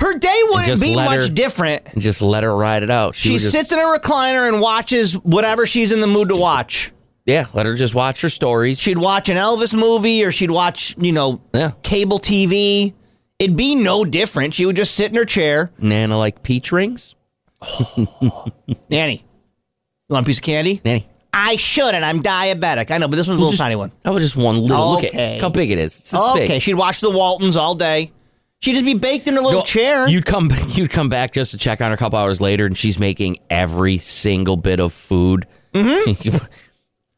her day wouldn't just be let much her- different. And just let her ride it out. She would just- sits in a recliner and watches whatever she's in the mood to watch. Yeah, let her just watch her stories. She'd watch an Elvis movie or she'd watch, you know, Yeah. cable TV. It'd be no different. She would just sit in her chair. Nana like peach rings. Nanny, you want a piece of candy? Nanny, I shouldn't. I'm diabetic. I know, but this one's a little just- tiny one. that was just one little. Look Okay. at how big it is. It's this Okay, big. she'd watch the Waltons all day. She'd just be baked in her little No, chair. You'd come. You'd come back just to check on her a couple hours later, and she's making every single bit of food. Mm-hmm.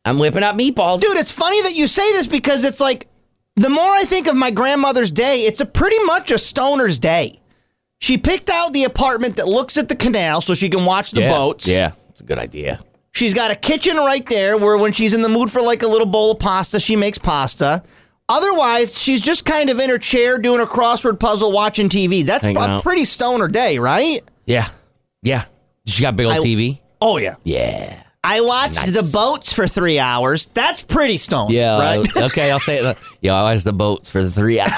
I'm whipping up meatballs. Dude, it's funny that you say this because it's like the more I think of my grandmother's day, it's a pretty much a stoner's day. She picked out the apartment that looks at the canal so she can watch the yeah. boats. Yeah, it's a good idea. She's got a kitchen right there where when she's in the mood for like a little bowl of pasta, she makes pasta. Otherwise, she's just kind of in her chair doing a crossword puzzle, watching TV. That's Hanging a out. pretty stoner day, right? Yeah, yeah. She got big old I- TV. Oh yeah. Yeah, I watched Nice. the boats for three hours. That's pretty stoner. yeah. Right? I- okay, I'll say it. Yo, I watched the boats for three hours.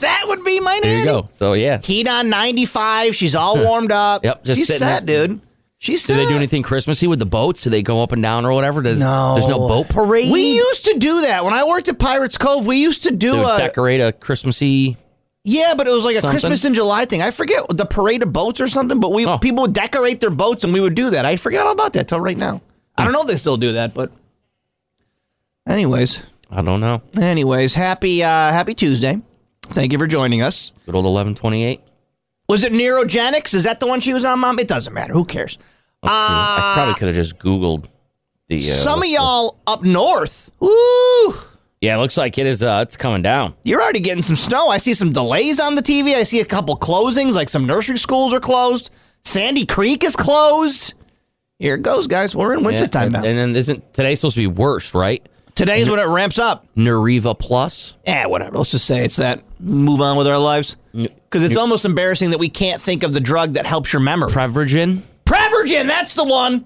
that would be my there nanny. you go. So yeah. Heat on 95. She's all warmed up. Yep, just She's sitting set, there. dude. She's Do set. they do anything Christmassy with the boats? Do they go up and down or whatever? Does No. there's no boat parade? We used to do that when I worked at Pirates Cove. We used to uh, do They would a decorate a Christmassy. yeah, but it was like a Something. Christmas in July thing. I forget the parade of boats or something. But we Oh. people would decorate their boats and we would do that. I forgot all about that till right now. I don't know if they still do that, but anyways, I don't know. Anyways, happy uh, happy Tuesday. Thank you for joining us. Good old eleven twenty eight. Was it Neurogenics? Is that the one she was on, Mom? It doesn't matter. Who cares? Let's see. I probably could have just Googled the. Uh, Uh, Some of what's- y'all up north, ooh, Yeah, it looks like it is. Uh, it's coming down. you're already getting some snow. I see some delays on the TV. I see a couple closings, like some nursery schools are closed. Sandy Creek is closed. Here it goes, guys. We're in Yeah, wintertime and, now. and then isn't today supposed to be worse, right? Today's when it ramps up. Nereva Plus. Eh, whatever. Let's just say it's that. Move on with our lives. Because it's almost embarrassing that we can't think of the drug that helps your memory. Prevagen. Prevergen, that's the one.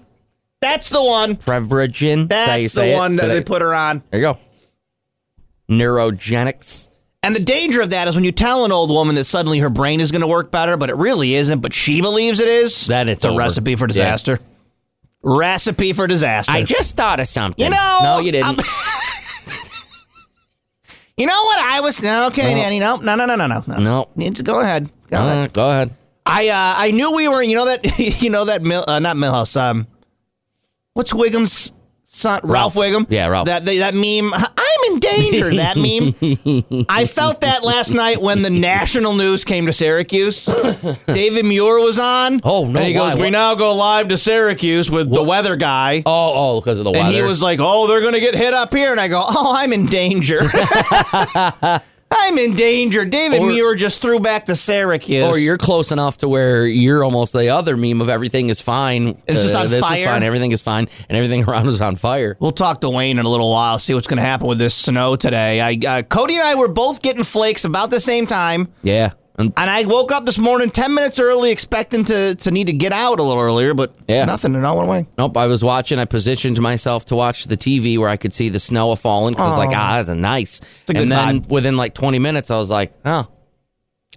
That's the one. Prevagen. That's how you the say it. one that Today- they put her on. There you go. Neurogenics. And the danger of that is when you tell an old woman that suddenly her brain is going to work better, but it really isn't, but she believes it is. Then it's a over. recipe for Yeah. disaster. Recipe for disaster. I just thought of something. You know, no, you didn't. I'm- you know what? I was. No, okay, No. Danny. No, no, no, no, no, no. no. No. Need to go ahead. Go ahead. Uh, go ahead. I uh, I knew we were. You know that. You know that. Mil, uh, not Millhouse. Um, what's Wiggum's son? Ralph, Ralph. Wiggum. Yeah, Ralph. That that meme. I'm in danger. That meme. I felt that last night when the national news came to Syracuse. David Muir was on. Oh, no, And he why? goes, "We What- now go live to Syracuse with the weather guy." Oh, oh, because of the and weather. he was like, "Oh, they're gonna get hit up here," and I go, "Oh, I'm in danger." I'm in danger. David Or- Muir just threw back to Syracuse. or you're close enough to where you're almost the other meme of everything is fine. Uh, It's just on this fire. is fine. Everything is fine, and everything around is on fire. We'll talk to Wayne in a little while, see what's going to happen with this snow today. I, uh, Cody and I were both getting flakes about the same time, Yeah, and and I woke up this morning 10 minutes early expecting to, to need to get out a little earlier, but Yeah. nothing, and I went away. nope. I was watching. I positioned myself to watch the TV where I could see the snow falling. Cause it's like, ah, that's a nice. a good and then vibe. within like 20 minutes, I was like, oh,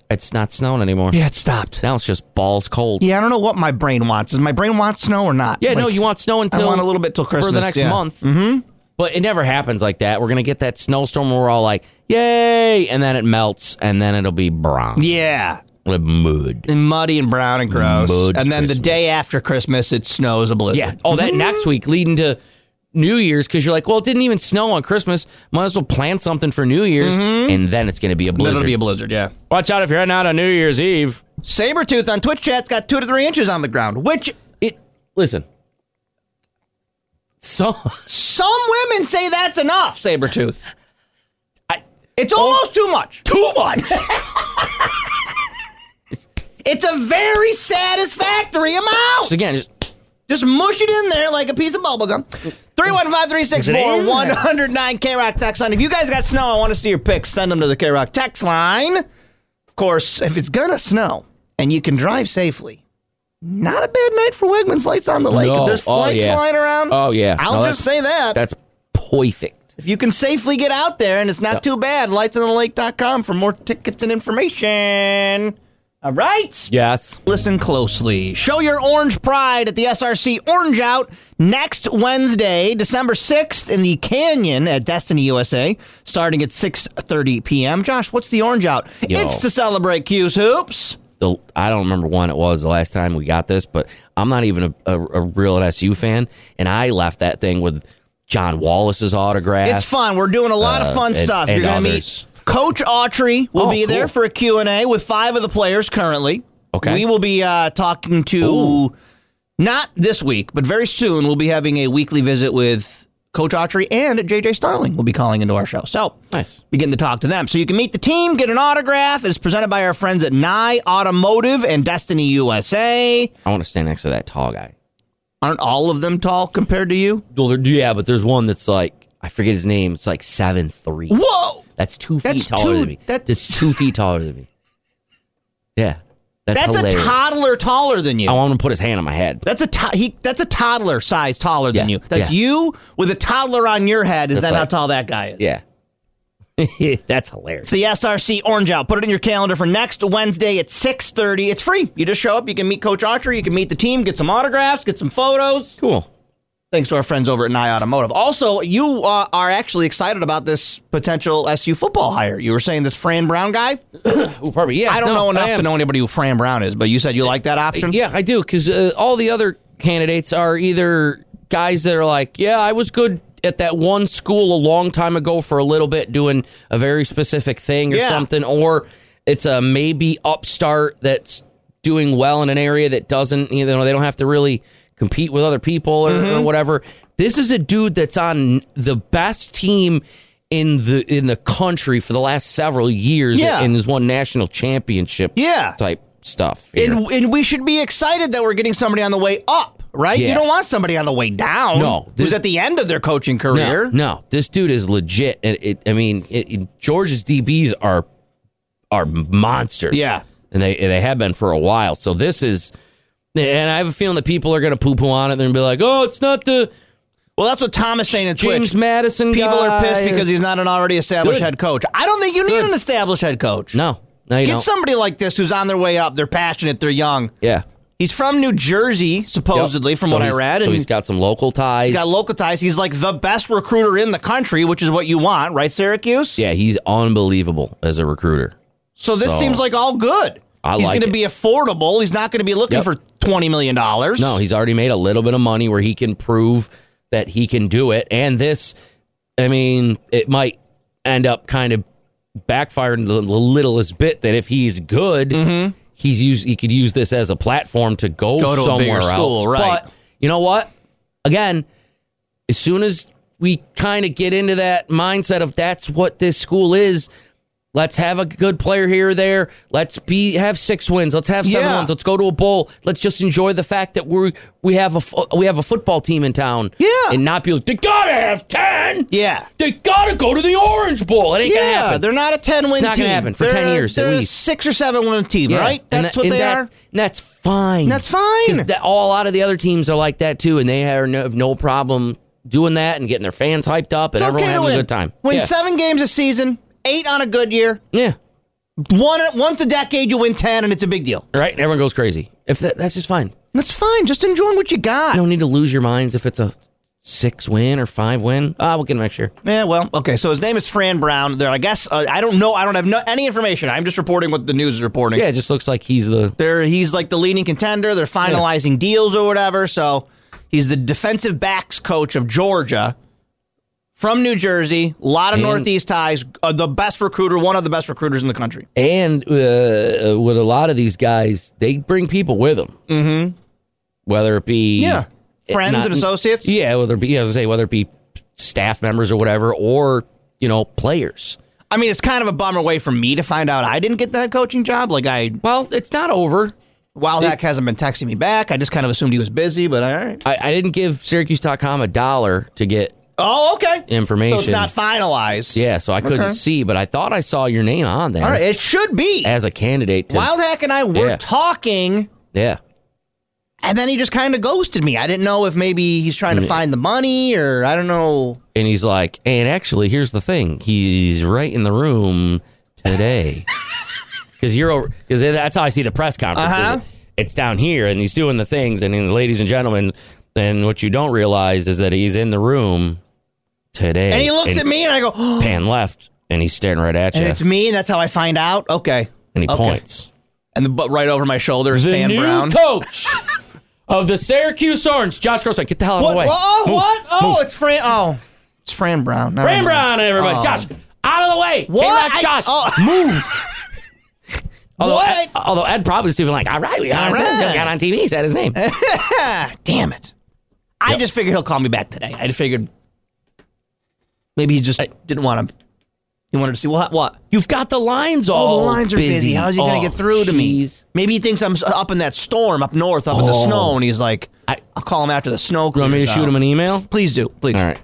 it's not snowing anymore. Yeah, it stopped. Now it's just balls cold. Yeah, I don't know what my brain wants. Does my brain want snow or not? Yeah, Like, no, you want snow until want a little bit till for Christmas, the next yeah. month. Mm-hmm. But it never happens like that. We're gonna get that snowstorm where we're all like, "Yay!" and then it melts, and then it'll be brown. Yeah. with Mood. And muddy and brown and gross. Mud and then the Christmas. day after Christmas, it snows a blizzard. Yeah. Oh, that next week leading to New Year's because you're like, well, it didn't even snow on Christmas. Might as well plan something for New Year's, and then it's gonna be a Mm-hmm. Then blizzard. It'll be a blizzard, yeah. Watch out if you're heading out on New Year's Eve. Sabretooth on Twitch chat's got two to three inches on the ground, which It listen. So Some women say that's enough, Sabretooth. I, it's almost too much. too much. It's a very satisfactory amount. Again, just, Just mush it in there like a piece of bubblegum. 315-364-109 K-Rock text line. If you guys got snow, I want to see your pics. Send them to the K-Rock text line. Of course, if it's going to snow and you can drive safely, not a bad night for Wegman's Lights on the Lake. No. If there's Oh, flights yeah. flying around, Oh, yeah. I'll No, just that's- say that. that's perfect. If you can safely get out there and it's not too bad, lightsonthelake.com for more tickets and information. All right. Yes. Listen closely. Show your orange pride at the SRC Orange Out next Wednesday, December 6th in the Canyon at Destiny USA, starting at 6:30 p.m. Josh, what's the Orange Out? Yo. It's to celebrate Q's hoops. the I don't remember when it was the last time we got this, but I'm not even a, a, a real NSU fan, and I left that thing with John Wallace's autograph. It's fun. We're doing a lot of uh, fun and- stuff. and You're going to meet others. Coach Autry. will Oh, be there cool. for a Q&A with five of the players currently. Okay. We will be uh, talking to not this week, but very soon we'll be having a weekly visit with Coach Autry and JJ Starling will be calling into our show. So Nice. begin to talk to them. So you can meet the team, get an autograph. It's presented by our friends at Nye Automotive and Destiny USA. I want to stand next to that tall guy. Aren't all of them tall compared to you? Well, there- yeah, but there's one that's like I forget his name. It's like seven three. Whoa! That's two feet That's taller two- than me. that's- That's two feet taller than me. Yeah, that's, That's hilarious. a toddler taller than you. I want him to put his hand on my head. That's a to- he. That's a toddler size taller than Yeah, you. That's yeah. you with a toddler on your head. Is That's that how like- tall that guy is? Yeah, that's It's hilarious. the SRC Orange Out. Put it in your calendar for next Wednesday at six thirty. It's free. You just show up. You can meet Coach Archer. You can meet the team. Get some autographs. Get some photos. Cool. Thanks to our friends over at Nye Automotive. Also, you uh, are actually excited about this potential SU football hire. You were saying this Fran Brown guy. Ooh, probably. Yeah. I don't no, know enough am. to know anybody who Fran Brown is, but you said you like that option. Yeah, I do because uh, all the other candidates are either guys that are like, yeah, I was good at that one school a long time ago for a little bit doing a very specific thing or Yeah. something, or it's a maybe upstart that's doing well in an area that doesn't, you know, they don't have to really compete with other people or, Mm-hmm. or whatever. This is a dude that's on the best team in the in the country for the last several years Yeah. and has won national championship Yeah. type stuff. here. And, and we should be excited that we're getting somebody on the way up, right? You Yeah. don't want somebody on the way down. No, who's this- at the end of their coaching career. No, no, this dude is legit. And it, I mean, it, it- Georgia's DBs are are monsters. Yeah. and they and they have been for a while. So this is, and I have a feeling that people are going to poo poo on it and be like, "Oh, it's not the Well, that's what Thomas saying in James Twitch. Madison People guy. are pissed because he's not an already established Good. head coach. I don't think you need Good. an established head coach. no, no, you Get don't. somebody like this who's on their way up. They're passionate. They're young. yeah, He's from New Jersey, supposedly, Yep. from So what I he's- read. So and he's got some local ties. he's got local ties. He's like the best recruiter in the country, which is what you want, right, Syracuse? yeah, he's unbelievable as a recruiter. So this So- seems like all good. I he's like going to it. be affordable. He's not going to be looking Yep. for $20 million. No, he's already made a little bit of money where he can prove that he can do it. And this, I mean, it might end up kind of backfiring the, the littlest bit that if he's good, he's use, he could use this as a platform to go, Mm-hmm. Go to a somewhere bigger else. school, right. But you know what? Again, as soon as we kind of get into that mindset of that's what this school is. Let's have a good player here or there. Let's be have six wins. Let's have seven Yeah. wins. Let's go to a bowl. Let's just enjoy the fact that we we have a fo- we have a football team in town. Yeah. and not be like they gotta have ten. Yeah. They gotta go to the Orange Bowl. It ain't gonna Yeah, happen. they're not a 10 win It's not team. gonna happen for They're 10 a- years at they're a least. six or seven win team, Yeah. right? And That's tha- what and they that- are. And that's fine. That's fine. 'Cause that- all out of the other teams are like that too, and they are no, have no problem doing that and getting their fans hyped up and It's everyone okay to having win. a good time. Win yeah. seven games a season, eight on a good year. yeah. One once a decade, you win ten, and it's a big deal. Right, and everyone goes crazy. If that, that's just fine. That's fine. Just enjoy what you got. You don't need to lose your minds if it's a six win or five win. Ah, we'll get him next year. Yeah, well, okay. So his name is Fran Brown. There, I guess uh, I don't know. I don't have no, any information. I'm just reporting what the news is reporting. Yeah, it just looks like he's the They're, he's like the leading contender. They're finalizing deals or whatever. So he's the defensive backs coach of Georgia from New Jersey. A lot of And- Northeast ties. Uh, the best recruiter, one of the best recruiters in the country. and uh, with a lot of these guys, they bring people with them. Mm-hmm. Whether it be Yeah. Friends not- and associates. yeah, whether it be as I say, whether it be staff members or whatever, or you know players. I mean, it's kind of a bummer way for me to find out I didn't get the head coaching job. Like I, Well, it's not over. Wildhack hasn't been texting me back. I just kind of assumed he was busy. But all right. I, I didn't give Syracuse.com a dollar to get Oh, okay. So it's Information. not finalized. yeah, so I couldn't Okay. see, but I thought I saw your name on there All right. It should be. as a candidate. To, Wildhack and I were Yeah. talking. yeah. And then he just kind of ghosted me. I didn't know if maybe he's trying to Mm. find the money or I don't know. And he's like, and actually, here's the thing. He's right in the room today. Because you're over, because that's how I see the press conference. is Uh-huh. It's down here, and he's doing the things. And then, ladies and gentlemen, then what you don't realize is that he's in the room today. And he looks at me and I go, "Oh," Pan left, and he's staring right at you, and and, it's me, and that's how I find out. Okay. he Okay. points. And the butt right over my shoulder is The Fan new Brown. coach of the Syracuse Orange, Josh Grossman. Get the hell out of what? the way. Oh, Move, what? Oh, move. it's Fran. Oh, it's Fran Brown. Not Fran everybody. Brown, everybody. Oh. Josh, out of the way. What? Hey, left, I- Josh. oh. Move. although, What? Ed, although Ed probably was even like, all right, we got, All his- right. we got on TV, he said his name. Ah, damn it. I just figured he'll call me back today. I figured maybe he just didn't want to. He wanted to see what? What? You've got the lines all Oh, the lines are busy. How's he gonna Oh, get through to jeez. me? Maybe he thinks I'm s- up in that storm up north, up in the Oh. snow, and he's like, I, I- will call him after the snow You clears want me to shoot out." him an email? Please do, please. All right.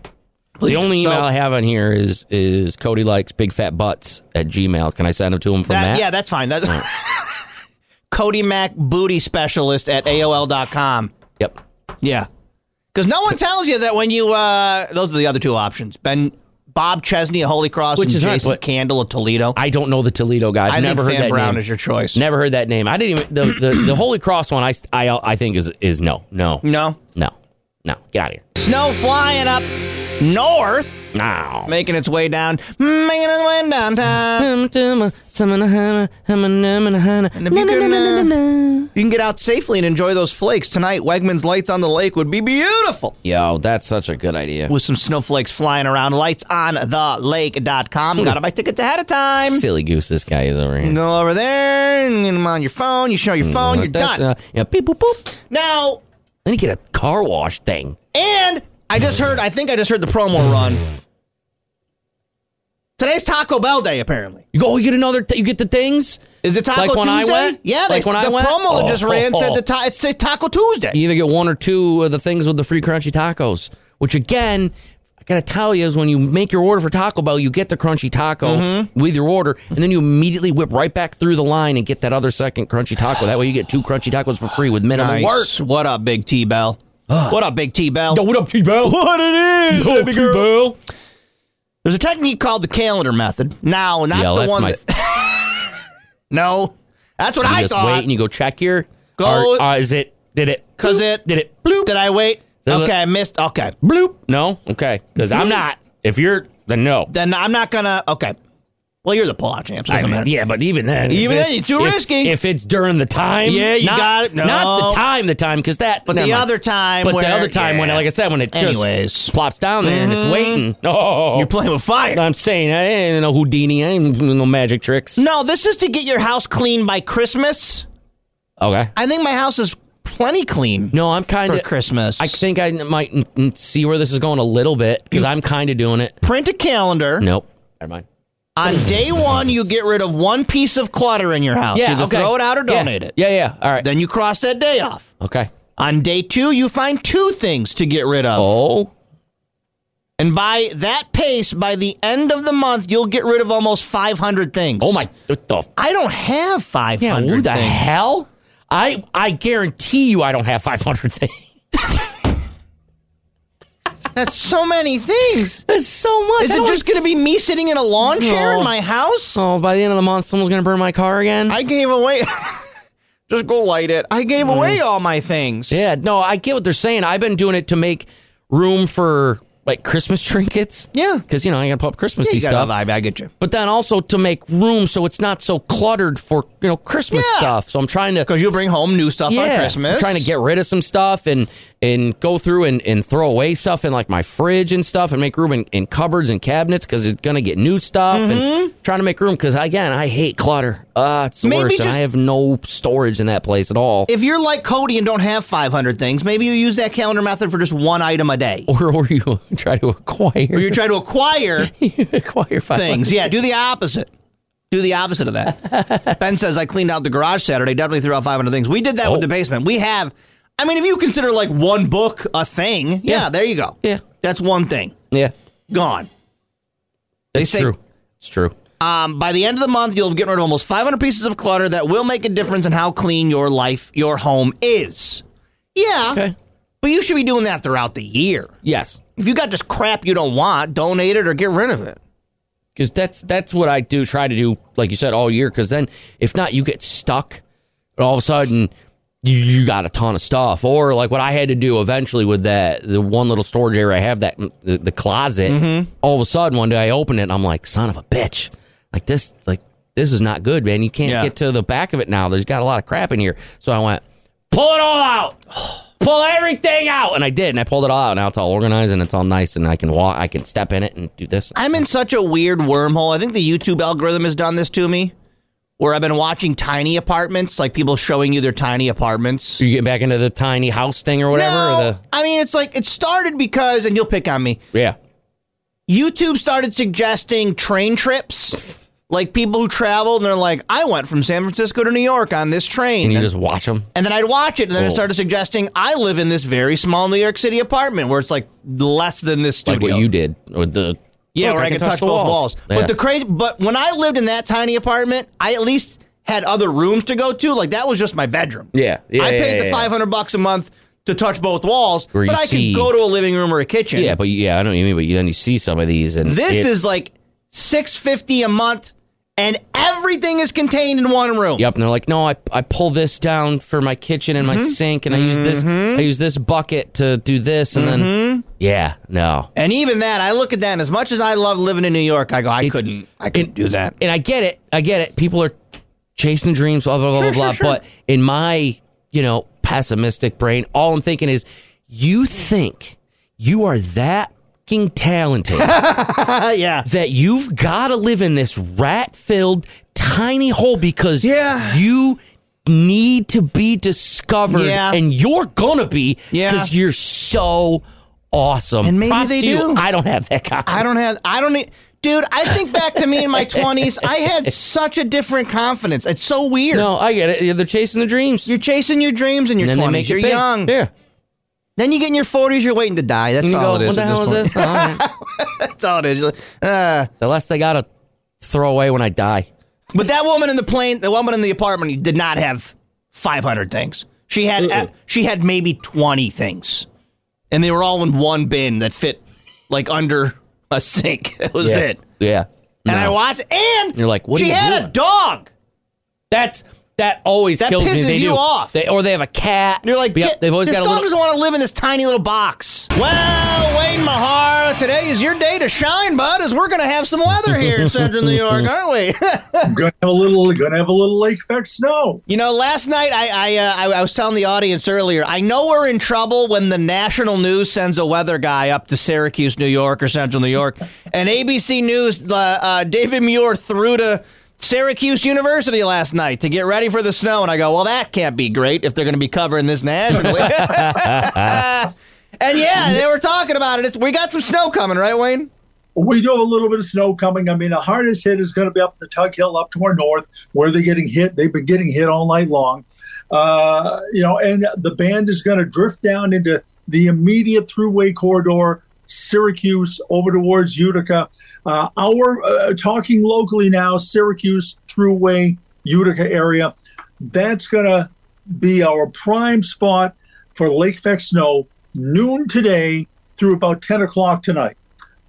please the do. only So, email I have on here is is Cody likes big fat butts at Gmail. Can I send them to him from that- that? yeah, that's fine. That's Cody Mac Booty Specialist at AOL.com. Yep. Yeah, because no one tells you that when you uh, those are the other two options. Ben Bob Chesney of Holy Cross, Which and is not Jason what- Candle of Toledo. I don't know the Toledo guy. I've I never think heard Fan that Brown name. is your choice. Never heard that name. I didn't even the the, the Holy Cross one. I, I I think is is no no no, no no. Get out of here. snow flying up north. now. Making its way down, making its way downtown. And if you can, uh, You can get out safely and enjoy those flakes tonight. Wegman's Lights on the Lake would be beautiful. Yo, that's such a good idea. With some snowflakes flying around, lightsonthelake.com. Gotta buy tickets ahead of time. Silly goose, this guy is over here. Go over there and get them on your phone. You show your phone, you're That's, done. uh, yeah, beep, boop, boop. now, Then you get a car wash thing. and I just heard, I think I just heard the promo run. Today's Taco Bell Day, apparently. You go, oh, you get another, th- you get the things. Is it Taco Like when I Tuesday? went? Yeah, Like they, when I the went? promo that just Oh. ran said the ta- it's a Taco Tuesday. You either get one or two of the things with the free crunchy tacos, which again, I gotta tell you, is when you make your order for Taco Bell, you get the crunchy taco Mm-hmm. with your order, and then you immediately whip right back through the line and get that other second crunchy taco. That way, you get two crunchy tacos for free with minimum work. Nice. What up, Big T Bell? what up, Big T Bell? Yo, what up, T Bell? What it is, baby girl? Bell? There's a technique called the calendar method. Now, not Yo, the that's one my. that. no, that's what you I just thought. wait and you go check your. Go- Or, uh, is it? Did it? Cause bloop? it did it. Bloop. Did I wait? Does it- okay, I missed. Okay, bloop. No. Okay. Because I'm not. If you're, then no. then I'm not gonna. Okay, well you're the pull-out champ. So it I doesn't mean, matter. yeah, but even then, if Even it- then, it's too if- risky. If it's during the time, Yeah, you not, got it. No. Not the time, the time, because that. But never the mind. other time, but where, the other time when, yeah. like I said, when it Anyways. Mm-hmm. just plops down there and it's waiting. Oh, you're playing with fire. I'm saying I ain't no Houdini. I ain't doing no magic tricks. No, this is to get your house clean by Christmas. Okay. I think my house is plenty clean No, I'm kind for of. Christmas. I think I might n- n- see where this is going a little bit because I'm kind of doing it. print a calendar. Nope. Never mind. On day one, you get rid of one piece of clutter in your house. Either okay. throw it out or Yeah. donate it. Yeah, yeah. All right. Then you cross that day off. Okay. On day two, you find two things to get rid of. Oh. And by that pace, by the end of the month, you'll get rid of almost 500 things. Oh my. What the I don't have 500 Yeah, who the things. hell? I I guarantee you I don't have 500 things. That's so many things. That's so much. Is I it don't- just going to be me sitting in a lawn chair No. in my house? Oh, by the end of the month, someone's gonna burn my car again. I gave away. just go light it. I gave away all my things. Mm. yeah, no, I get what they're saying. I've been doing it to make room for like Christmas trinkets. Yeah. because you know I gotta put up Yeah, Christmassy you got stuff. a vibe. I get you. But then also to make room so it's not so cluttered for you know Christmas Yeah. stuff. So I'm trying to Because you'll bring home new stuff on Christmas. I'm trying to get rid of some stuff and and go through and, and throw away stuff in like my fridge and stuff and make room in, in cupboards and cabinets because it's gonna get new stuff and trying to make room because again I hate clutter. Uh, it's the Mm-hmm. Maybe worst, and just- I have no storage in that place at all. If you're like Cody and don't have 500 things, maybe you use that calendar method for just one item a day. or or you try to acquire Or you try to acquire acquire five things. Yeah, do the opposite. Do the opposite of that. ben says, I cleaned out the garage Saturday, definitely threw out 500 things. We did that Oh. with the basement. We have, I mean, if you consider like one book a thing, yeah, Yeah. there you go. Yeah. That's one thing. Yeah, Gone. They it's say- true. It's true. Um, by the end of the month, you'll have gotten rid of almost 500 pieces of clutter that will make a difference in how clean your life, your home is. Yeah. Okay. But you should be doing that throughout the year. Yes. If you got just crap you don't want, donate it or get rid of it. because that's that's what I do try to do, like you said, all year. Because then, if not, you get stuck, and all of a sudden, you, you got a ton of stuff. Or like what I had to do eventually with that the one little storage area I have that the, the closet. All of a sudden, one day I open it, and I'm like, son of a bitch, like this, like this is not good, man. You can't Yeah. get to the back of it now. There's got a lot of crap in here. So I went, pull it all out. Pull everything out, and I did, and I pulled it all out. Now it's all organized, and it's all nice, and I can walk, I can step in it, and do this. I'm in such a weird wormhole. I think the YouTube algorithm has done this to me where I've been watching tiny apartments, like people showing you their tiny apartments. So you get back into the tiny house thing or whatever? No, Or I mean, it's like it started because, and you'll pick on me, the, yeah. YouTube started suggesting train trips. Like people who travel and they're like, I went from San Francisco to New York on this train. And you And- just watch them. And then I'd watch it, and then it Oh. started suggesting I live in this very small New York City apartment where it's like less than this Like studio. what you did. Or the, Yeah, Look, where I, could touch, both walls. Yeah. But the crazy, but when I lived in that tiny apartment, I at least had other rooms to go to. Like that was just my bedroom. Yeah, yeah, I yeah, paid yeah, the yeah. five hundred bucks a month to touch both walls, Where but you I see- could go to a living room or a kitchen. yeah, but yeah, I know what you mean. But you, then you see some of these, and this it's- is like six fifty a month, and everything is contained in one room. Yep, and they're like, no, I, I pull this down for my kitchen and my Mm-hmm. sink, and I use this I use this bucket to do this, and Mm-hmm. then yeah, no, And even that, I look at that, and as much as I love living in New York, I go, I couldn't, I couldn't it- do that. and I get it, I get it. People are chasing dreams, blah blah blah blah blah. But in my you know pessimistic brain, all I'm thinking is, you think you are that fucking talented "Ah, yeah. that you've got to live in this rat filled tiny hole because Yeah. you need to be discovered Yeah. and you're gonna be Yeah. because you're so awesome. And maybe Props they to you. do. I don't have that kind. I don't have, I don't need, dude. I think back to me in my twenties. I had such a different confidence. It's so weird. No, I get it. Yeah, They're chasing the dreams. You're chasing your dreams in your and then they twenties. make You're you pay. young. Yeah. Then you get in your forties. You're waiting to die. That's And you all go, it is. what the at hell is point. this? All right. That's all it is. You're like, uh. the less they gotta throw away when I die. But that woman in the plane, the woman in the apartment, did not have 500 things. She had uh, Uh-uh. she had maybe 20 things, and they were all in one bin that fit like under a sink. That was yeah. it. Yeah. And I No. watched, and You're like, what are She you had a doing? dog. That's that always That kills me. pisses They you do. off. They, or they have a cat. You're like, Yeah, get, they've always this got a dog little. doesn't want to live in this tiny little box. Well, Wayne Mahar, today is your day to shine, bud, as we're going to have some weather here in central New York, aren't we? Gonna have a little, gonna have a little lake effect snow. You know, last night I I, uh, I I was telling the audience earlier. I know we're in trouble when the national news sends a weather guy up to Syracuse, New York, or Central New York, and ABC News. Uh, uh, David Muir threw to Syracuse University last night to get ready for the snow, and I go, well, that can't be great if they're going to be covering this nationally. and yeah, they were talking about it. It's, we got some snow coming, right, Wayne? We do have a little bit of snow coming. I mean, the hardest hit is going to be up in the Tug Hill, up to our north, where they're getting hit. They've been getting hit all night long. Uh, you know, and the band is going to drift down into the immediate throughway corridor, Syracuse over towards Utica. Uh, our uh, talking locally now, Syracuse throughway, Utica area. That's going to be our prime spot for lake effect snow noon today through about 10 o'clock tonight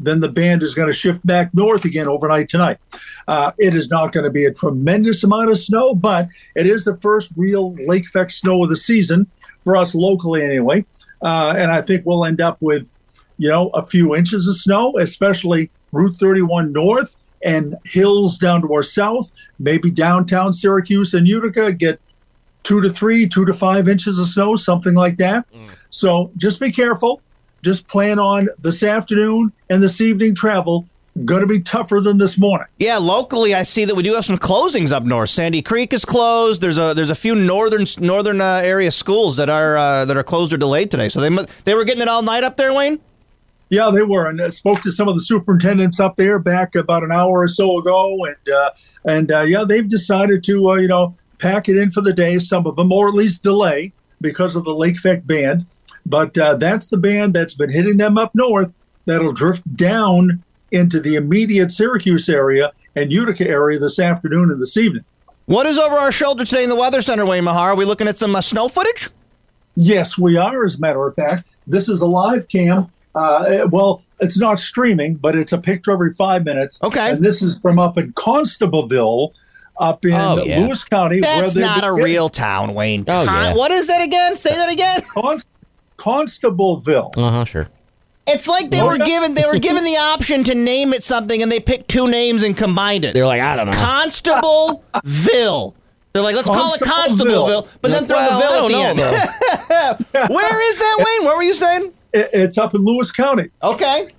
then the band is going to shift back north again overnight tonight. Uh, it is not going to be a tremendous amount of snow, but it is the first real lake effect snow of the season for us locally, anyway. Uh, and I think we'll end up with, you know, a few inches of snow, especially Route 31 north and hills down to our south. Maybe downtown Syracuse and Utica get two to three, two to five inches of snow, something like that. So just be careful just plan on this afternoon and this evening travel going to be tougher than this morning. Yeah, locally, I see that we do have some closings up north. Sandy Creek is closed. There's a there's a few northern northern uh, area schools that are uh, that are closed or delayed today. So they mu- they were getting it all night up there, Wayne. Yeah, they were, and I spoke to some of the superintendents up there back about an hour or so ago, and uh, and uh, yeah, they've decided to uh, you know pack it in for the day, some of them, or at least delay because of the Lake Effect band. But uh, that's the band that's been hitting them up north. That'll drift down into the immediate Syracuse area and Utica area this afternoon and this evening. What is over our shoulder today in the weather center, Wayne Mahar? Are we looking at some uh, snow footage? Yes, we are. As a matter of fact, this is a live cam. Uh, well, it's not streaming, but it's a picture every five minutes. Okay. And this is from up in Constableville, up in Oh, yeah. Lewis County. That's they've not been a getting- real town, Wayne. Oh, Con- yeah. What is that again? Say that again. Const- Constableville. Oh. Uh huh. Sure. It's like they were given they were given the option to name it something, and they picked two names and combined it. They're like, I don't know. Constableville. They're like, let's call it Constableville, Constableville. but then throw Well, the I Ville at don't the know, end. though. Where is that, Wayne? What were you saying? It- It's up in Lewis County. Okay.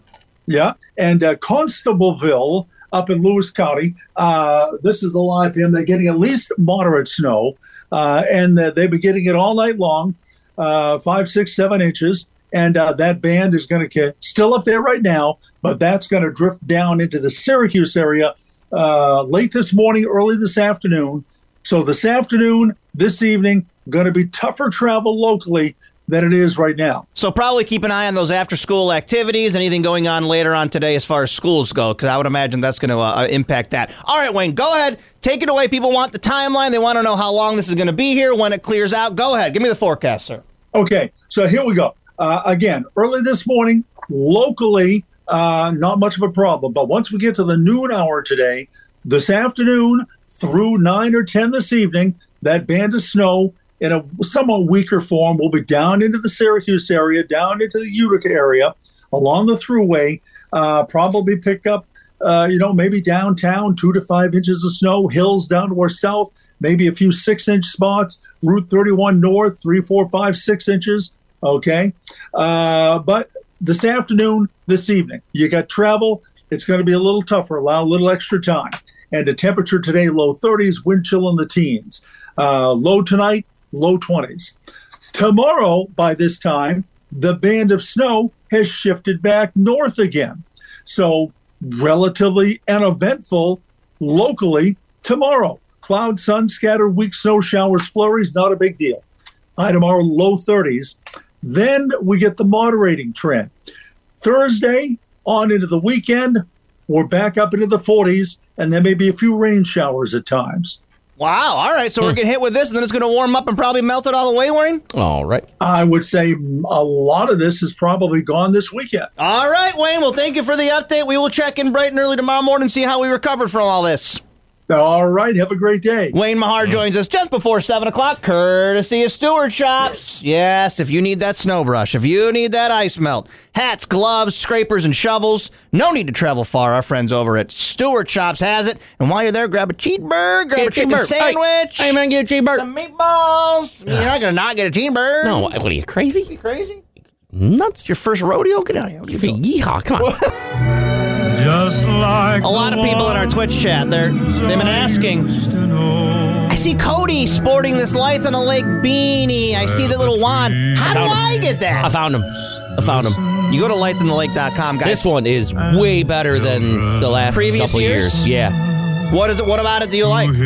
Yeah, and uh, Constableville up in Lewis County. Uh, this is the live him. They're getting at least moderate snow, uh, and uh, they've been getting it all night long, uh, five, six, seven inches. And uh, that band is going to still up there right now, but that's going to drift down into the Syracuse area uh, late this morning, early this afternoon. So this afternoon, this evening, going to be tougher travel locally than it is right now. So probably keep an eye on those after-school activities, anything going on later on today as far as schools go, because I would imagine that's going to uh, impact that. All right, Wayne, go ahead, take it away. People want the timeline; they want to know how long this is going to be here, when it clears out. Go ahead, give me the forecast, sir. Okay, so here we go. Uh, again, early this morning, locally, uh, not much of a problem. But once we get to the noon hour today, this afternoon through 9 or 10 this evening, that band of snow in a somewhat weaker form will be down into the Syracuse area, down into the Utica area, along the thruway, uh, probably pick up. Uh, you know, maybe downtown, two to five inches of snow, hills down to our south, maybe a few six inch spots, Route 31 north, three, four, five, six inches. Okay. Uh, but this afternoon, this evening, you got travel. It's going to be a little tougher, allow a little extra time. And the temperature today, low 30s, wind chill in the teens. Uh, low tonight, low 20s. Tomorrow, by this time, the band of snow has shifted back north again. So, relatively uneventful locally tomorrow. Cloud, sun, scattered, weak snow showers, flurries, not a big deal. High tomorrow, low 30s. Then we get the moderating trend. Thursday on into the weekend, we're back up into the 40s, and there may be a few rain showers at times. Wow. All right. So we're getting hit with this, and then it's going to warm up and probably melt it all the way, Warren. All right. I would say a lot of this is probably gone this weekend. All right, Wayne. Well, thank you for the update. We will check in bright and early tomorrow morning, see how we recovered from all this. All right, have a great day. Wayne Mahar joins us just before 7 o'clock, courtesy of Stewart Shops. Yes, if you need that snow brush, if you need that ice melt, hats, gloves, scrapers, and shovels, no need to travel far. Our friends over at Stewart Shops has it. And while you're there, grab a cheeseburger, grab a chicken sandwich, Hey, man, get a cheeseburger. some meatballs. You're not going to not get a cheeseburger. No, what are you, crazy? You crazy? Nuts. Your first rodeo? Get out of here. What are you doing? Yeehaw, come on. A lot of people in our Twitch chat, they're they've been asking. I see Cody sporting this lights on a lake beanie. I see that little wand. How do I get I that? found him. I found him. You go to lightsonthelake.com, guys. This one is way better than the last Previous couple years? Yeah. What is it? What about it do you like? It's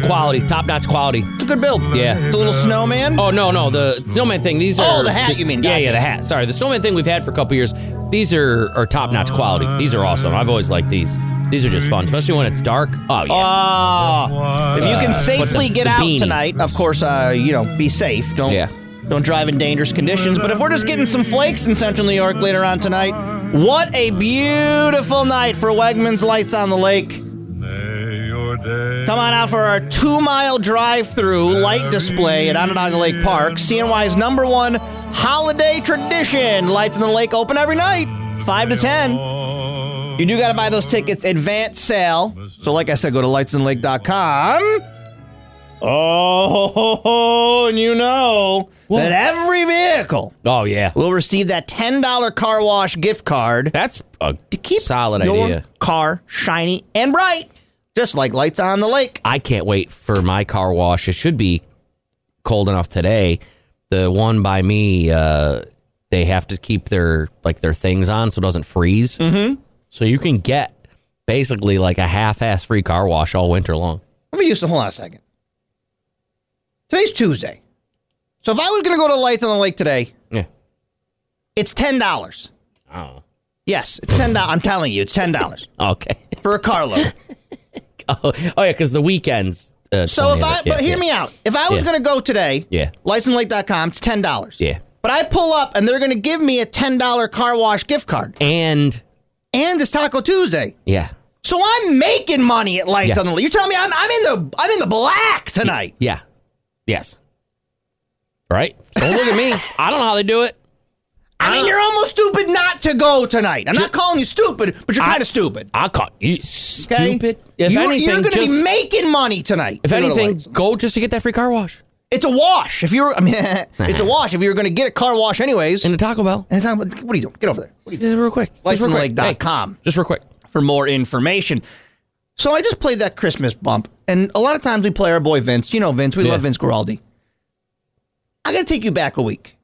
The quality, top notch quality. a good build. Yeah. The little snowman. Oh no, no, the snowman thing. These Oh, are the hat, you mean. Yeah, Gotcha. yeah, the hat. Sorry, the snowman thing we've had for a couple years. These are are top notch quality. These are awesome. I've always liked these. These are just fun, especially when it's dark. Oh yeah. Ah. if you can Uh, safely what the- get the out beanie. tonight, of course, uh, you know, be safe. Don't Yeah. don't drive in dangerous conditions. But if we're just getting some flakes in central New York later on tonight, what a beautiful night for Wegmans Lights on the Lake. Come on out for our two mile drive through light display at Onondaga Lake Park, CNY's number one holiday tradition. Lights on the Lake open every night, 5 to 10. You do got to buy those tickets advance sale. So, like I said, go to lightsandlake.com. Oh, and you know that every vehicle oh yeah. will receive that $10 car wash gift card That's a to keep solid your idea. car shiny and bright, just like lights on the lake. I can't wait for my car wash. It should be cold enough today. The one by me, uh, they have to keep their like their things on so it doesn't freeze. Mm-hmm. So you can get basically like a half-ass free car wash all winter long. Let me use the. Hold on a second. Today's Tuesday. So if I was going to go to Lights on the Lake today, Yeah. it's $10. Oh. Yes, it's $10. I'm telling you, it's $10 Okay. for a carload. Oh, oh yeah, because the weekends. Uh, So if 20th, I, yeah, but hear yeah. me out. If I was Yeah. going to go today, Yeah. lightsandlake.com, it's $10. Yeah. But I pull up and they're going to give me a $10 car wash gift card. And And it's Taco Tuesday. yeah, So I'm making money at Lights Yeah. on the Lake. You're telling me I'm, I'm in the I'm in the black tonight. yeah, yes. Right? Don't look at me. I don't know how they do it. I Uh, mean, you're almost stupid not to go tonight. I'm not calling you stupid, but you're I- kind of stupid. I call you Okay? stupid. If you're, anything, you're going to just, be making money tonight. if to go to anything, Lights. go just to get that free car wash it's a wash. If you're, I mean, it's a wash. If you're going to get a car wash anyways. and the Taco Bell. And it's not- what are you doing? Get over there. What are you Just real quick. Just real quick. Hey, Lightsandlake.com. just real quick. for more information. So I just played that Christmas bump, and a lot of times we play our boy Vince. You know Vince, we Yeah. love Vince Guaraldi. I gotta take you back a week.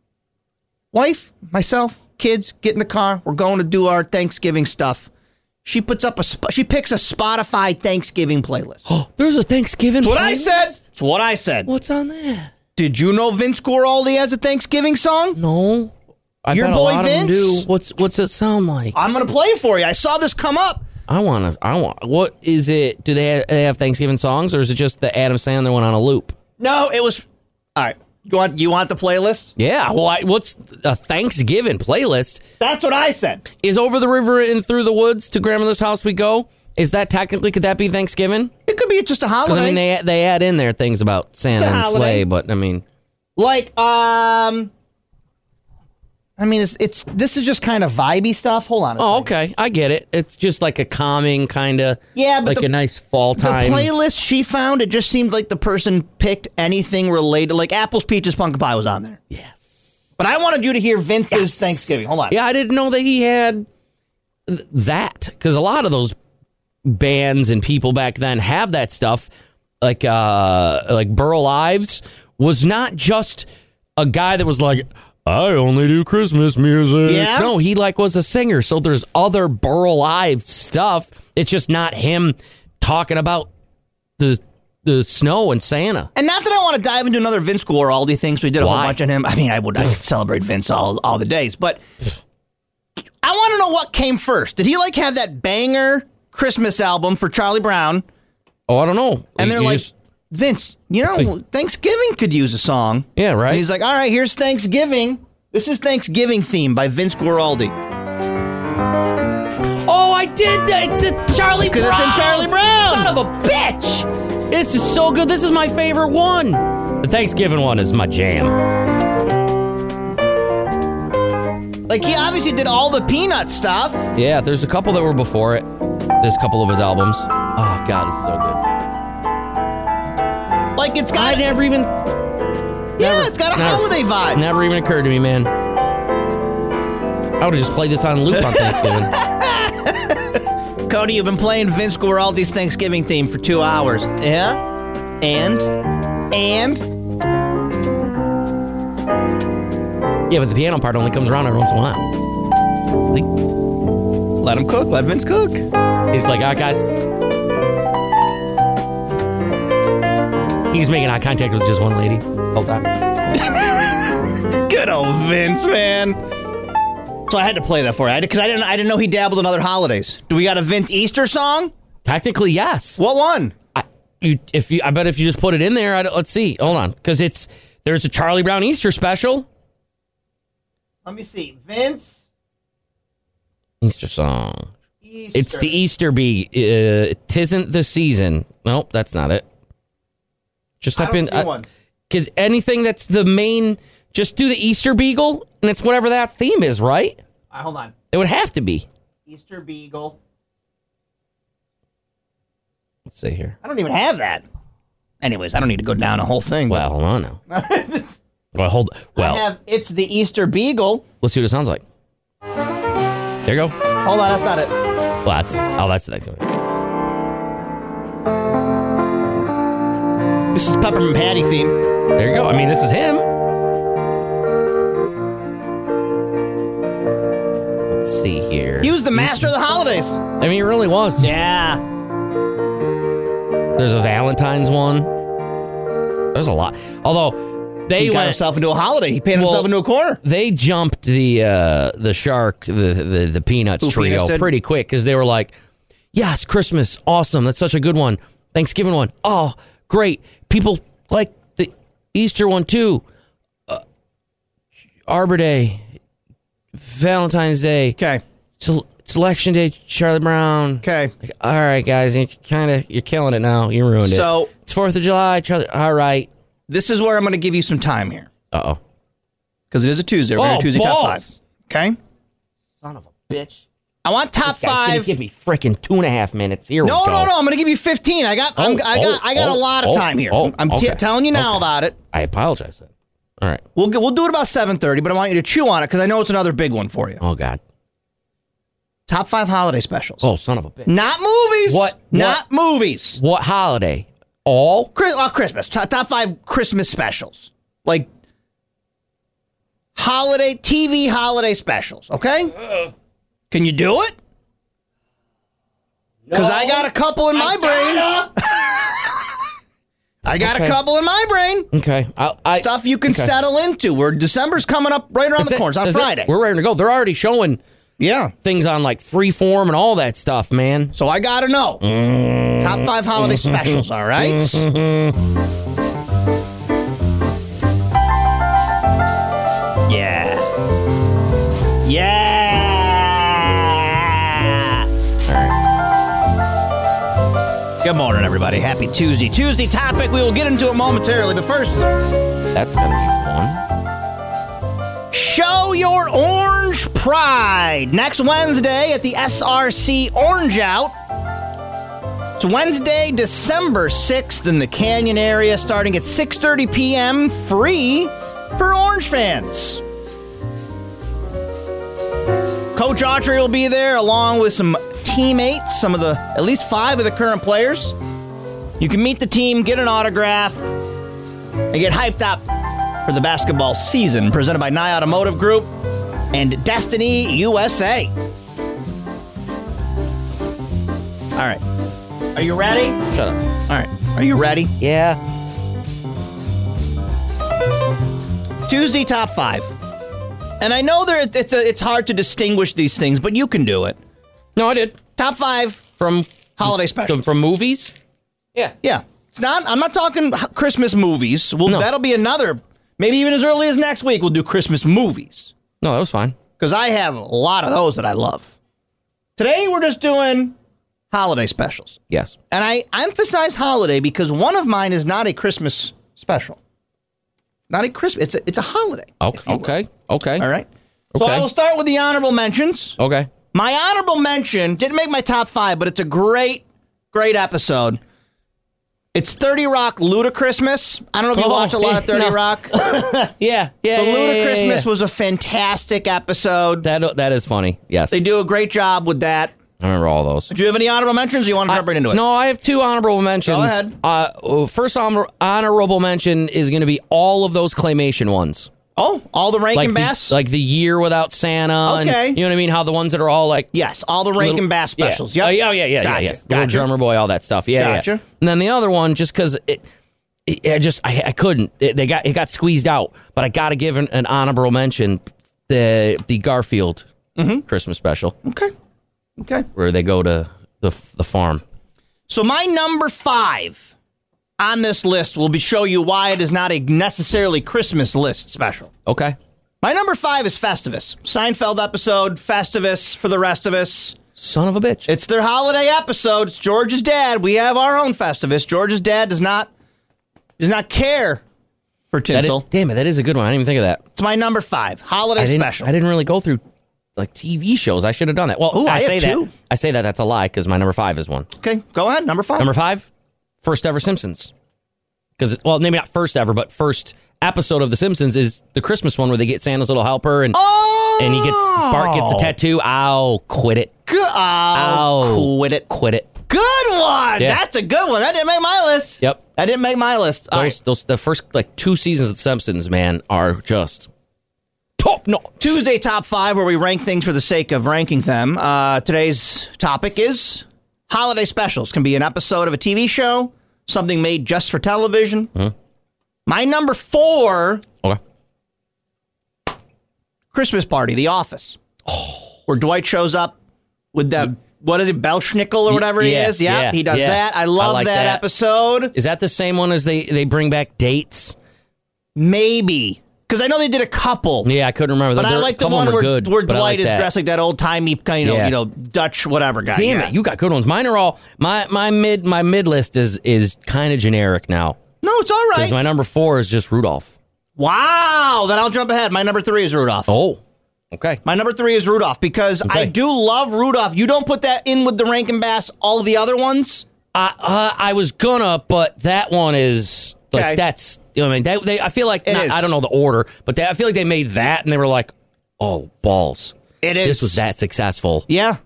Wife, myself, kids, get in the car. We're going to do our Thanksgiving stuff. She puts up a sp- she picks a Spotify Thanksgiving playlist. That's Oh, there's a Thanksgiving. what I playlist? said. That's what I said. What's on there? Did you know Vince Guaraldi has a Thanksgiving song? No. I Your bet boy a lot Of them Vince? do. What's what's it sound like? I'm gonna play it for you. I saw this come up. I want to. I want. What is it? Do they have, they have Thanksgiving songs, or is it just the Adam Sandler one on a loop? No, it was all right. You want you want the playlist? Yeah. Well, I, what's a Thanksgiving playlist? That's what I said. Is over the river and through the woods to grandmother's house we go, Is that technically could that be Thanksgiving? It could be just a holiday. Because I mean they they add in there things about Santa It's a and holiday. sleigh, but I mean like, um, I mean, it's it's this is just kind of vibey stuff. Hold on. a oh second. okay, I get it. It's just like a calming kind of Yeah, but like the- a nice fall The time. playlist she found, it just seemed like the person picked anything related, like apples, peaches, pumpkin pie was on there. Yes. But I wanted you to hear Vince's Thanksgiving. Hold on. Yeah, I didn't know that he had th- that because a lot of those bands and people back then have that stuff. Like uh like Burl Ives was not just a guy that was like I only do Christmas music. Yeah? No, he like was a singer. So there's other Burl Ives stuff. It's just not him talking about the the snow and Santa. And not that I want to dive into another Vince Guaraldi thing, so we did a whole Why? bunch on him. I mean, I would I could celebrate Vince all, all the days, but I want to know what came first. Did he like have that banger Christmas album for Charlie Brown? Oh, I don't know. And they're You like, just- Vince, you know, like- Thanksgiving could use a song. yeah, right. And he's like, all right, here's Thanksgiving. This is Thanksgiving theme by Vince Guaraldi. Oh, I did that. It's a Charlie Brown. 'Cause it's in Charlie Brown. Son of a bitch. This is so good. This is my favorite one. The Thanksgiving one is my jam. Like he obviously did all the peanut stuff. Yeah, there's a couple that were before it. There's a couple of his albums. Oh God, it's so good. Like it's got I never even, yeah, it's got a never. holiday vibe. never even occurred to me, man. I would have just played this on loop on Thanksgiving. Cody, you've been playing Vince Guaraldi's Thanksgiving theme for two hours. Yeah, and and yeah, but the piano part only comes around every once in a while. let him cook. Let Vince cook. He's like, all right, guys. He's making eye contact with just one lady. Hold on. Good old Vince, man. So I had to play that for you because I didn't. I didn't know he dabbled in other holidays. Do we got a Vince Easter song? Technically, yes. What one? I, you, if you, I bet if you just put it in there, I don't, let's see. Hold on, because it's there's a Charlie Brown Easter special. Let me see. Vince Easter song. Easter. It's the Easter bee. Uh, Tisn't the season. Nope, that's not it. Just I type don't in see one. because anything that's the main. Just do the Easter Beagle, and it's whatever that theme is, right? Uh, hold on. It would have to be. Easter Beagle. Let's see here. I don't even have that. Anyways, I don't need to go down a whole thing. Well, hold on now. Well, hold. I Well, have it's the Easter Beagle. let's see what it sounds like. There you go. Hold on, that's not it. Well, that's oh, that's the next one. This is Peppermint Patty theme. There you go. I mean, this is him. Let's see here. He was the master of the holidays. I mean, he really was. Yeah. There's a Valentine's one. There's a lot. Although they He, got went, himself into a holiday. He painted Well, himself into a corner. they jumped the uh, the shark, the the, the peanuts Who trio Peanuts did? pretty quick because they were like, "Yes, Christmas, awesome. That's such a good one. Thanksgiving one, oh great. People like the Easter one too. Uh, Arbor Day, Valentine's Day, Okay. Sel- Selection Day, Charlie Brown. Okay. Like, all right, guys, you kind of you're killing it now. You ruined it. So- it's Fourth of July, Charlie. All right. This is where I'm going to give you some time here Uh oh. because it is a Tuesday. We're Oh, doing Tuesday top balls. five. Okay. Son of a bitch. I want top This guy's gonna five. give me freaking two and a half minutes. Here No, we go. no, no. I'm going to give you 15. I got, I'm, Oh, I got, oh, I got a oh, lot of oh, time here. oh, I'm t- okay. telling you now Okay. about it. I apologize then. All right. We'll get, we'll do it about 7:30, but I want you to chew on it because I know it's another big one for you. Oh God. Top five holiday specials. Oh son of a bitch. Not movies. What- Not movies. What holiday? All Chris, well, Christmas. Top, top five Christmas specials. Like holiday TV holiday specials. Okay. Uh. Can you do it? Because I got a couple in my brain. I got a Okay. couple in my brain. okay. I, I, Stuff you can okay. settle into. Where December's coming up right around That's the it. corner. It's on That's it. Friday. We're ready to go. They're already showing Yeah. things on like freeform and all that stuff, man. So I gotta know. Top five holiday specials, all right? yeah. Yeah. Good morning, everybody. Happy Tuesday. Tuesday topic, we will get into it momentarily, but first, That's gonna be fun. Show your orange pride next Wednesday at the SRC Orange Out. It's Wednesday, December 6th in the Canyon area, starting at 6:30 p.m. free for Orange fans. Coach Autry will be there along with some teammates, some of the at least 5 of the current players. You can meet the team, get an autograph, and get hyped up for the basketball season, presented by Nye Automotive Group and Destiny USA. All right. Are you ready? Shut up. All right. Are you ready? Yeah. Tuesday top five. And I know there it's a, it's hard to distinguish these things, but you can do it. No, I did. Top five From holiday special. from movies. Yeah. Yeah, it's not. I'm not talking h- Christmas movies. Well, No. that'll be another. Maybe even as early as next week, we'll do Christmas movies. No, that was fine. because I have a lot of those that I love. Today we're just doing holiday specials. Yes. And I emphasize holiday because one of mine is not a Christmas special. Not a Christmas, it's a, it's a holiday. Okay. Okay. Okay. All right. So Okay. I will start with the honorable mentions. Okay. My honorable mention didn't make my top five, but it's a great, great episode. It's 30 Rock Ludacrismas. I don't know if you Oh, watch a lot of 30 no. Rock. Yeah. Yeah. The yeah, yeah, yeah, Ludacrismas yeah. was a fantastic episode. That that is funny. Yes. They do a great job with that. I remember all those. Do you have any honorable mentions or you want to jump right into it? No, I have two honorable mentions. Go ahead. Uh, well, first honor- honorable mention is going to be all of those claymation ones, Oh, all the Rankin like Bass? the, like the year without Santa. and- Okay. you know what I mean? How the ones that are all like yes, all the Rankin Little- Bass specials. Yeah. Yep. Oh, yeah, yeah, yeah, Gotcha, yeah. yeah. Little gotcha. drummer boy, all that stuff. Yeah, yeah, yeah. Gotcha. And then the other one, just because it, it, I just I, I couldn't. It, they got it got squeezed out, but I got to give an, an honorable mention the the Garfield Mm-hmm. Christmas special Okay. Okay. where they go to the the farm. So my number five on this list will be show you why it is not a necessarily Christmas list special. Okay. My number five is Festivus. Seinfeld episode, Festivus for the rest of us. Son of a bitch. It's their holiday episode. It's George's dad. We have our own Festivus. George's dad does not does not care for That is- tinsel. damn it, that is a good one. I didn't even think of that. It's my number five. Holiday I didn't. special. I didn't really go through like TV shows. I should have done that. Well, Ooh, I I, have say two. that. I say that. That's a lie because my number five is one. Okay, go ahead. Number five. Number five, first ever Simpsons. Because well, maybe not first ever, but first episode of The Simpsons is the Christmas one where they get Santa's little helper and Oh! and he gets Bart gets a tattoo. Ow, quit it. Good. Oh, Ow. quit it. Quit it. Good one. Yeah. That's a good one. That didn't make my list. Yep. That didn't make my list. All Those, right. those the first like two seasons of The Simpsons, man, are just top notch. Tuesday top five, where we rank things for the sake of ranking them. Uh, today's topic is holiday specials. Can be an episode of a TV show, something made just for television. My number four, Okay. Christmas party, The Office, Oh. where Dwight shows up with the what is it, Belschnickel or whatever he yeah, is. Yeah, yeah, he does yeah. that. I I love like that that. episode. Is that the same one as they they bring back dates? Maybe. Because I know they did a couple. Yeah, I couldn't remember. But I They're- like a the couple one of them where, are good, where but I Dwight like is that. dressed like that old timey kind of Yeah. you know Dutch whatever guy. Damn yeah. it, you got good ones. Mine are all my my mid my mid list is is kind of generic now No, it's all because right. my number four is just Rudolph. wow, then I'll jump ahead. My number three is Rudolph. Oh, okay. My number three is Rudolph because I Okay. do love Rudolph. You don't put that in with the Rankin Bass, all the other ones. I uh, I was gonna, but that one is like Okay. that's you know what I mean. That, they I feel like It not- is. I don't know the order, but that, I feel like they made that and they were like, oh balls, It is. this was that successful Yeah,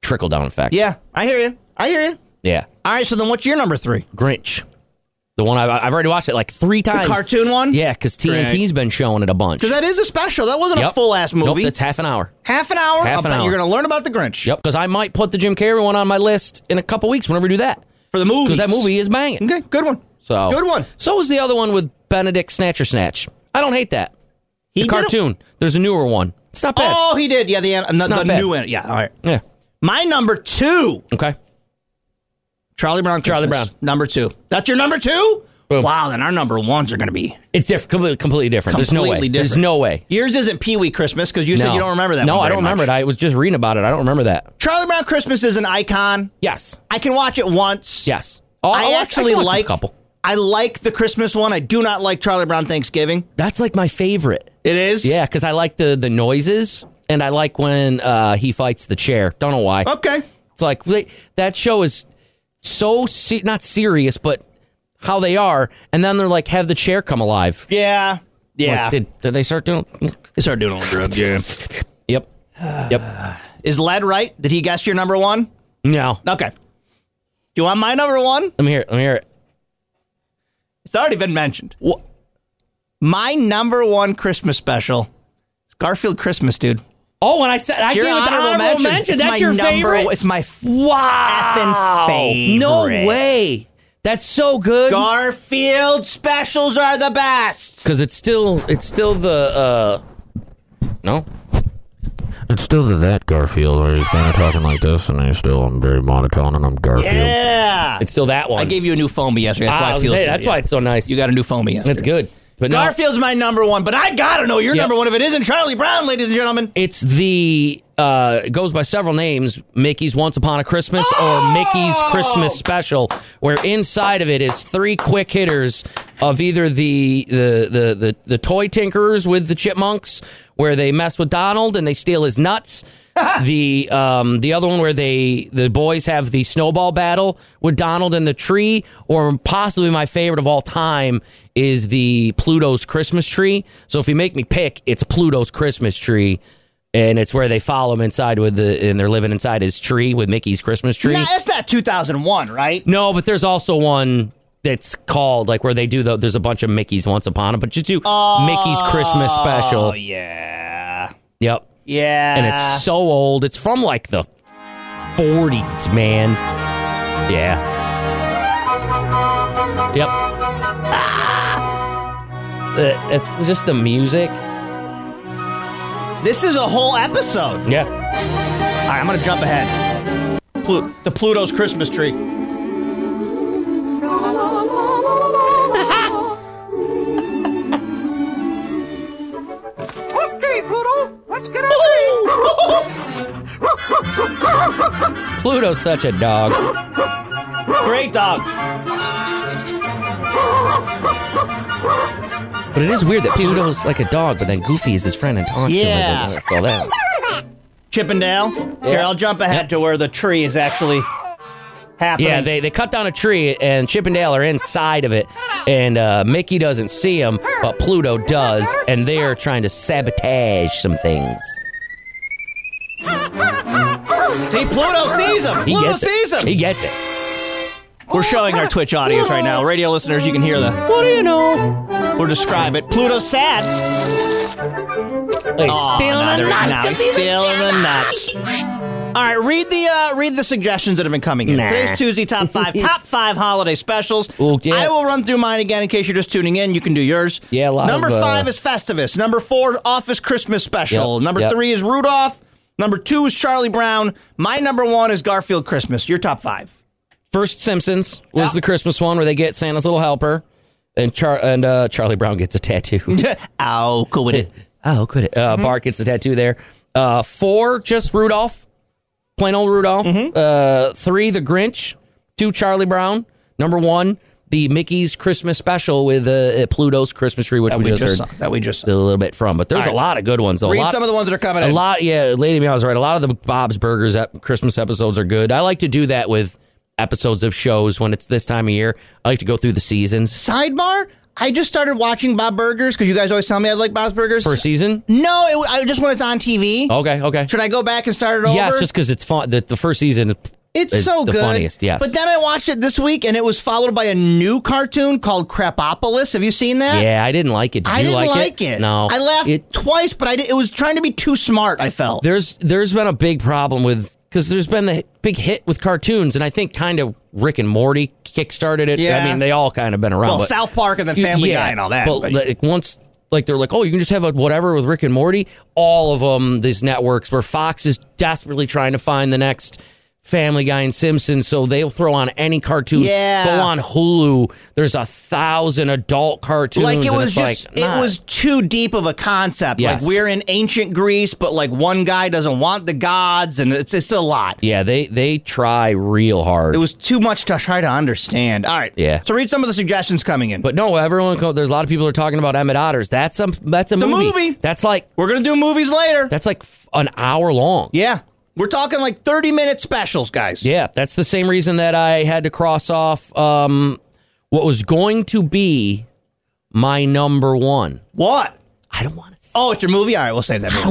trickle down effect. yeah. I hear you. I hear you. yeah. All right. So then, what's your number three? Grinch, the one I've, I've already watched it like three The times. cartoon one. Yeah, because TNT's been showing it a bunch. Because that is a special. That wasn't a Yep. full ass Nope, movie. that's half an hour. half an hour. half an about- hour. You're going to learn about the Grinch Yep, because I might put the Jim Carrey one on my list in a couple weeks whenever we do that. for the movie. Because that movie is banging. Okay, good one. So good one. So is the other one with Benedict Snatcher Snatch. I don't hate that. He the did a- cartoon. There's a newer one. It's not bad. Oh, he did. Yeah, the, an- the not bad. new. An- yeah, all right. Yeah. My number two, Okay. Charlie Brown. Christmas. Charlie Brown. Number two. That's your number two? Boom. Wow, then our number ones are going to be It's different, completely, completely different. There's no way. completely different. There's no way. Yours isn't Pee Wee Christmas because you said No. you don't remember that. No, one I very don't remember much. it. I was just reading about it. I don't remember that. Charlie Brown Christmas is an icon. Yes. I can watch it once. Yes. Oh, I'll I watch- actually can watch like a couple. I like the Christmas one. I do not like Charlie Brown Thanksgiving. That's like my favorite. It is. Yeah, because I like the the noises, and I like when uh, he fights the chair. Don't know why. Okay. It's like wait, that show is so se- not serious, but how they are, and then they're like have the chair come alive. Yeah. Yeah. Like, did, did they start doing? they started doing a little drug. Yeah. Yep. Yep. Is Led right? Did he guess your number one? No. Okay. Do you want my number one? Let me hear it. Let me hear it. It's already been mentioned. Wha- My number one Christmas special is Garfield Christmas, dude. Oh, and I said I Your gave it the honorable, mention. It's my That's your number- favorite. It's my f- wow. effing No favorite. way. That's so good. Garfield specials are the best. Because it's still it's still the uh no. It's still the that Garfield where he's kind of talking like this, and I still am very monotone, and I'm Garfield. Yeah. It's still that one. I gave you a new foam yesterday. That's Ah, why I I was feel gonna say, that's why it's so nice. you got a new foam yesterday. It's good. But no, Garfield's my number one, but I gotta know your Yep. number one if it isn't Charlie Brown, ladies and gentlemen. it's the uh it goes by several names, Mickey's Once Upon a Christmas or Mickey's Christmas Special, where inside of it is three quick hitters of either the the the the, the toy tinkerers with the chipmunks where they mess with Donald and they steal his nuts. the um the other one where they the boys have the snowball battle with Donald in the tree, or possibly my favorite of all time is the Pluto's Christmas tree. So if you make me pick, it's Pluto's Christmas tree, and it's where they follow him inside with the and they're living inside his tree with Mickey's Christmas tree. Nah, that's not 2001, right? No, but there's also one that's called like where they do the there's a bunch of Mickey's Once Upon a but you do Mickey's Christmas special. Oh yeah, Yep. yeah. and it's so old. It's from like the 40s, man. Yeah. Yep. Ah! Uh, It's just the music. this is a whole episode. Yeah. All right, I'm gonna jump ahead. Plu- the Pluto's Christmas tree. Pluto's such a dog. Great dog. But it is weird that Pluto's like a dog, but then Goofy is his friend and talks Yeah. to him. So that. Chippendale. Here, I'll jump ahead Yep. to where the tree is actually happening. Yeah, they, they cut down a tree, and Chip and Dale are inside of it, and uh, Mickey doesn't see them, but Pluto does, and they're trying to sabotage some things. see Pluto sees him. He Pluto gets it. sees him. He gets it. We're showing our Twitch audience right now. Radio listeners, you can hear the. What do you know? We'll describe it. Pluto's sad. He's Aw, stealing now a they're- knife now 'cause he's he's a stealing the Jedi. nuts. All right, read the uh, read the suggestions that have been coming in. Today's Tuesday top five, top five holiday specials. Ooh, yeah. I will run through mine again in case you're just tuning in. You can do yours. Yeah, a lot Number of, uh, five is Festivus. Number four, Office Christmas Special. Yep, number yep. three is Rudolph. Number two is Charlie Brown. My number one is Garfield Christmas. Your top five. First Simpsons was Yeah. the Christmas one where they get Santa's little helper, and Char- and uh, Charlie Brown gets a tattoo. Ow, cool with it. oh, quit it. Mm-hmm. Uh, Bart gets a tattoo there. Uh, four, just Rudolph, plain old Rudolph. Mm-hmm. Uh, three, the Grinch. Two, Charlie Brown. Number one, the Mickey's Christmas special with uh, Pluto's Christmas tree, which That we, just, heard. saw. That we just saw. a little bit from, but there's a lot of good ones. A Read lot, some of the ones that are coming A in. lot, yeah. Lady Meow is right. A lot of the Bob's Burgers ep- Christmas episodes are good. I like to do that with episodes of shows when it's this time of year. I like to go through the seasons. Sidebar. I just started watching Bob Burgers because you guys always tell me I like Bob's Burgers. First Oh, season. No, it, I just when it's on TV. Okay. Okay. Should I go back and start it over? Uh, Yes, just because it's fun. The, the first season. it's is so the good. funniest, yes. But then I watched it this week, and it was followed by a new cartoon called Crapopolis. Have you seen that? Yeah, I didn't like it. Did I you didn't like, it. No, I laughed It- twice, but I did, it was trying to be too smart. I felt. there's there's been a big problem with because there's been the big hit with cartoons, and I think kind of Rick and Morty kickstarted it. Yeah. I mean, they all kind of been around. well, but- South Park and then Family Yeah, Guy and all that. But, but- like once, like they're like, oh, you can just have a whatever with Rick and Morty. All of them, these networks where Fox is desperately trying to find the next Family Guy and Simpsons, so they'll throw on any cartoon. Yeah. Go on Hulu. There's a thousand adult cartoons. Like it and was it's just like, nah. it was too deep of a concept. Yes. Like we're in ancient Greece, but like one guy doesn't want the gods, and it's it's a lot. Yeah, they they try real hard. It was too much to try to understand. All right, Yeah. So read some of the suggestions coming in. But no, everyone. co- There's a lot of people who are talking about Emmett Otters. That's a that's a, a movie. movie. That's like we're gonna do movies later. that's like f- an hour long. Yeah, we're talking like thirty minute specials, guys. Yeah, that's the same reason that I had to cross off um, what was going to be my number one. What? I don't want to. Say. Oh, it's your movie. All right, we'll save that. I I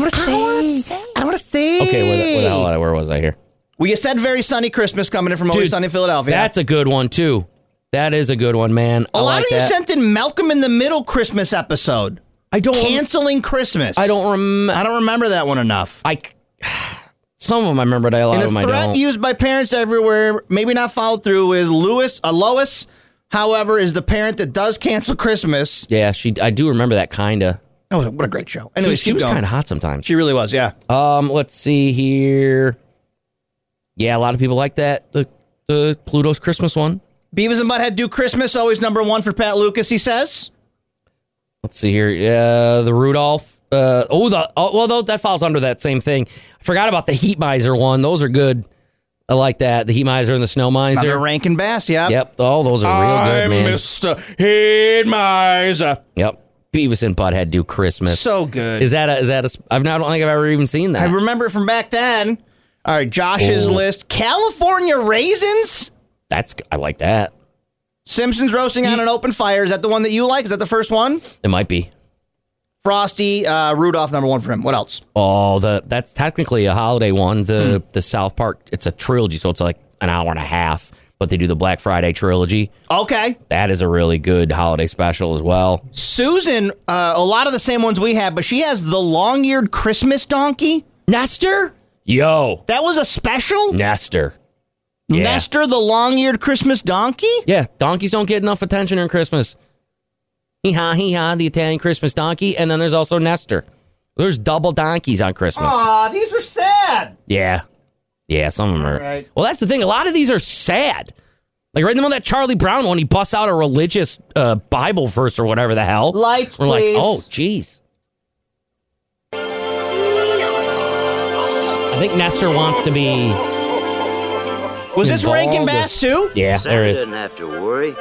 want to say. I want to think. Okay, where the, where the hell? Where was I here? We said very sunny Christmas coming in from always Dude, sunny Philadelphia. That's a good one too. That is a good one, man. a I lot like of you that. sent in Malcolm in the Middle Christmas episode. I don't. Canceling Christmas. Oh. I don't remember. I don't remember that one enough. I. Some of them I remember. but A lot And of a them I threat don't. used by parents everywhere, maybe not followed through with Lewis, uh, Lois, however, is the parent that does cancel Christmas. yeah, she. I do remember that kinda. Oh, what a great show. She Anyway, was, she was kind of hot sometimes. She really was, yeah. Um, let's see here. Yeah, a lot of people like that. The the Pluto's Christmas one. Beavis and Butthead do Christmas, always number one for Pat Lucas, he says. Let's see here. Yeah, the Rudolph. Uh, oh, the oh, well, tho- that falls under that same thing. I forgot about the Heat Miser one. Those are good. I like that. The Heat Miser and the Snow Another Miser. Rankin Bass, yeah. Yep. Oh, those are real good, man. Mr. Heed Miser. yep. Beavis and Butthead do Christmas. So good. is that a, is that a? sp- I've not, I don't think I've ever even seen I that. remember it from back then. All right, Josh's Ooh. list California Raisins? That's I like that. Simpsons roasting on an open fire. Is that the one that you like? Is that the first one? It might be. Frosty, uh, Rudolph, number one for him. What else? Oh, the that's technically a holiday one. The the South Park. It's a trilogy, so it's like an hour and a half. But they do the Black Friday trilogy. Okay. That is a really good holiday special as well. Susan, uh, a lot of the same ones we have, but she has the long eared Christmas donkey. Nestor, yo, That was a special? Nestor, yeah. Nestor, the long eared Christmas donkey? Yeah, donkeys don't get enough attention during Christmas. Hee ha, hee ha, the Italian Christmas donkey, and then there's also Nestor. There's double donkeys on Christmas. Aw, these are sad. Yeah. Yeah, some of them are. Alright. Well, that's the thing. A lot of these are sad. Like right in the middle of that Charlie Brown one, he busts out a religious uh, Bible verse or whatever the hell. Lights, We're please. like, oh, jeez. I think Nestor wants to be. Was this involved Rankin Bass too? Yeah, there Sam is. doesn't have to worry.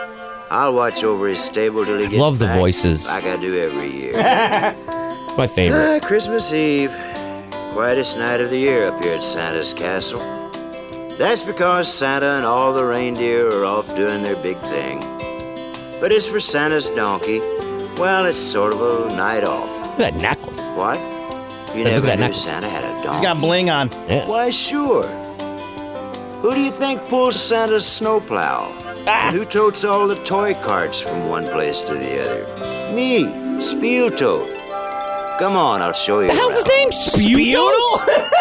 I'll watch over his stable till he gets love the back, voices. Like I do every year. My favorite. Ah, Christmas Eve. Quietest night of the year up here at Santa's castle. That's because Santa and all the reindeer are off doing their big thing. But as for Santa's donkey, well, it's sort of a night off. Look at that necklace. What? You Hey, look at never that knew necklace. Santa had a He's donkey. got bling on. Yeah. Why, sure. Who do you think pulls Santa's snowplow? Ah. And Who totes all the toy carts from one place to the other? Me, Spieltote. Come on, I'll show you. The hell's his around. name? Sputo?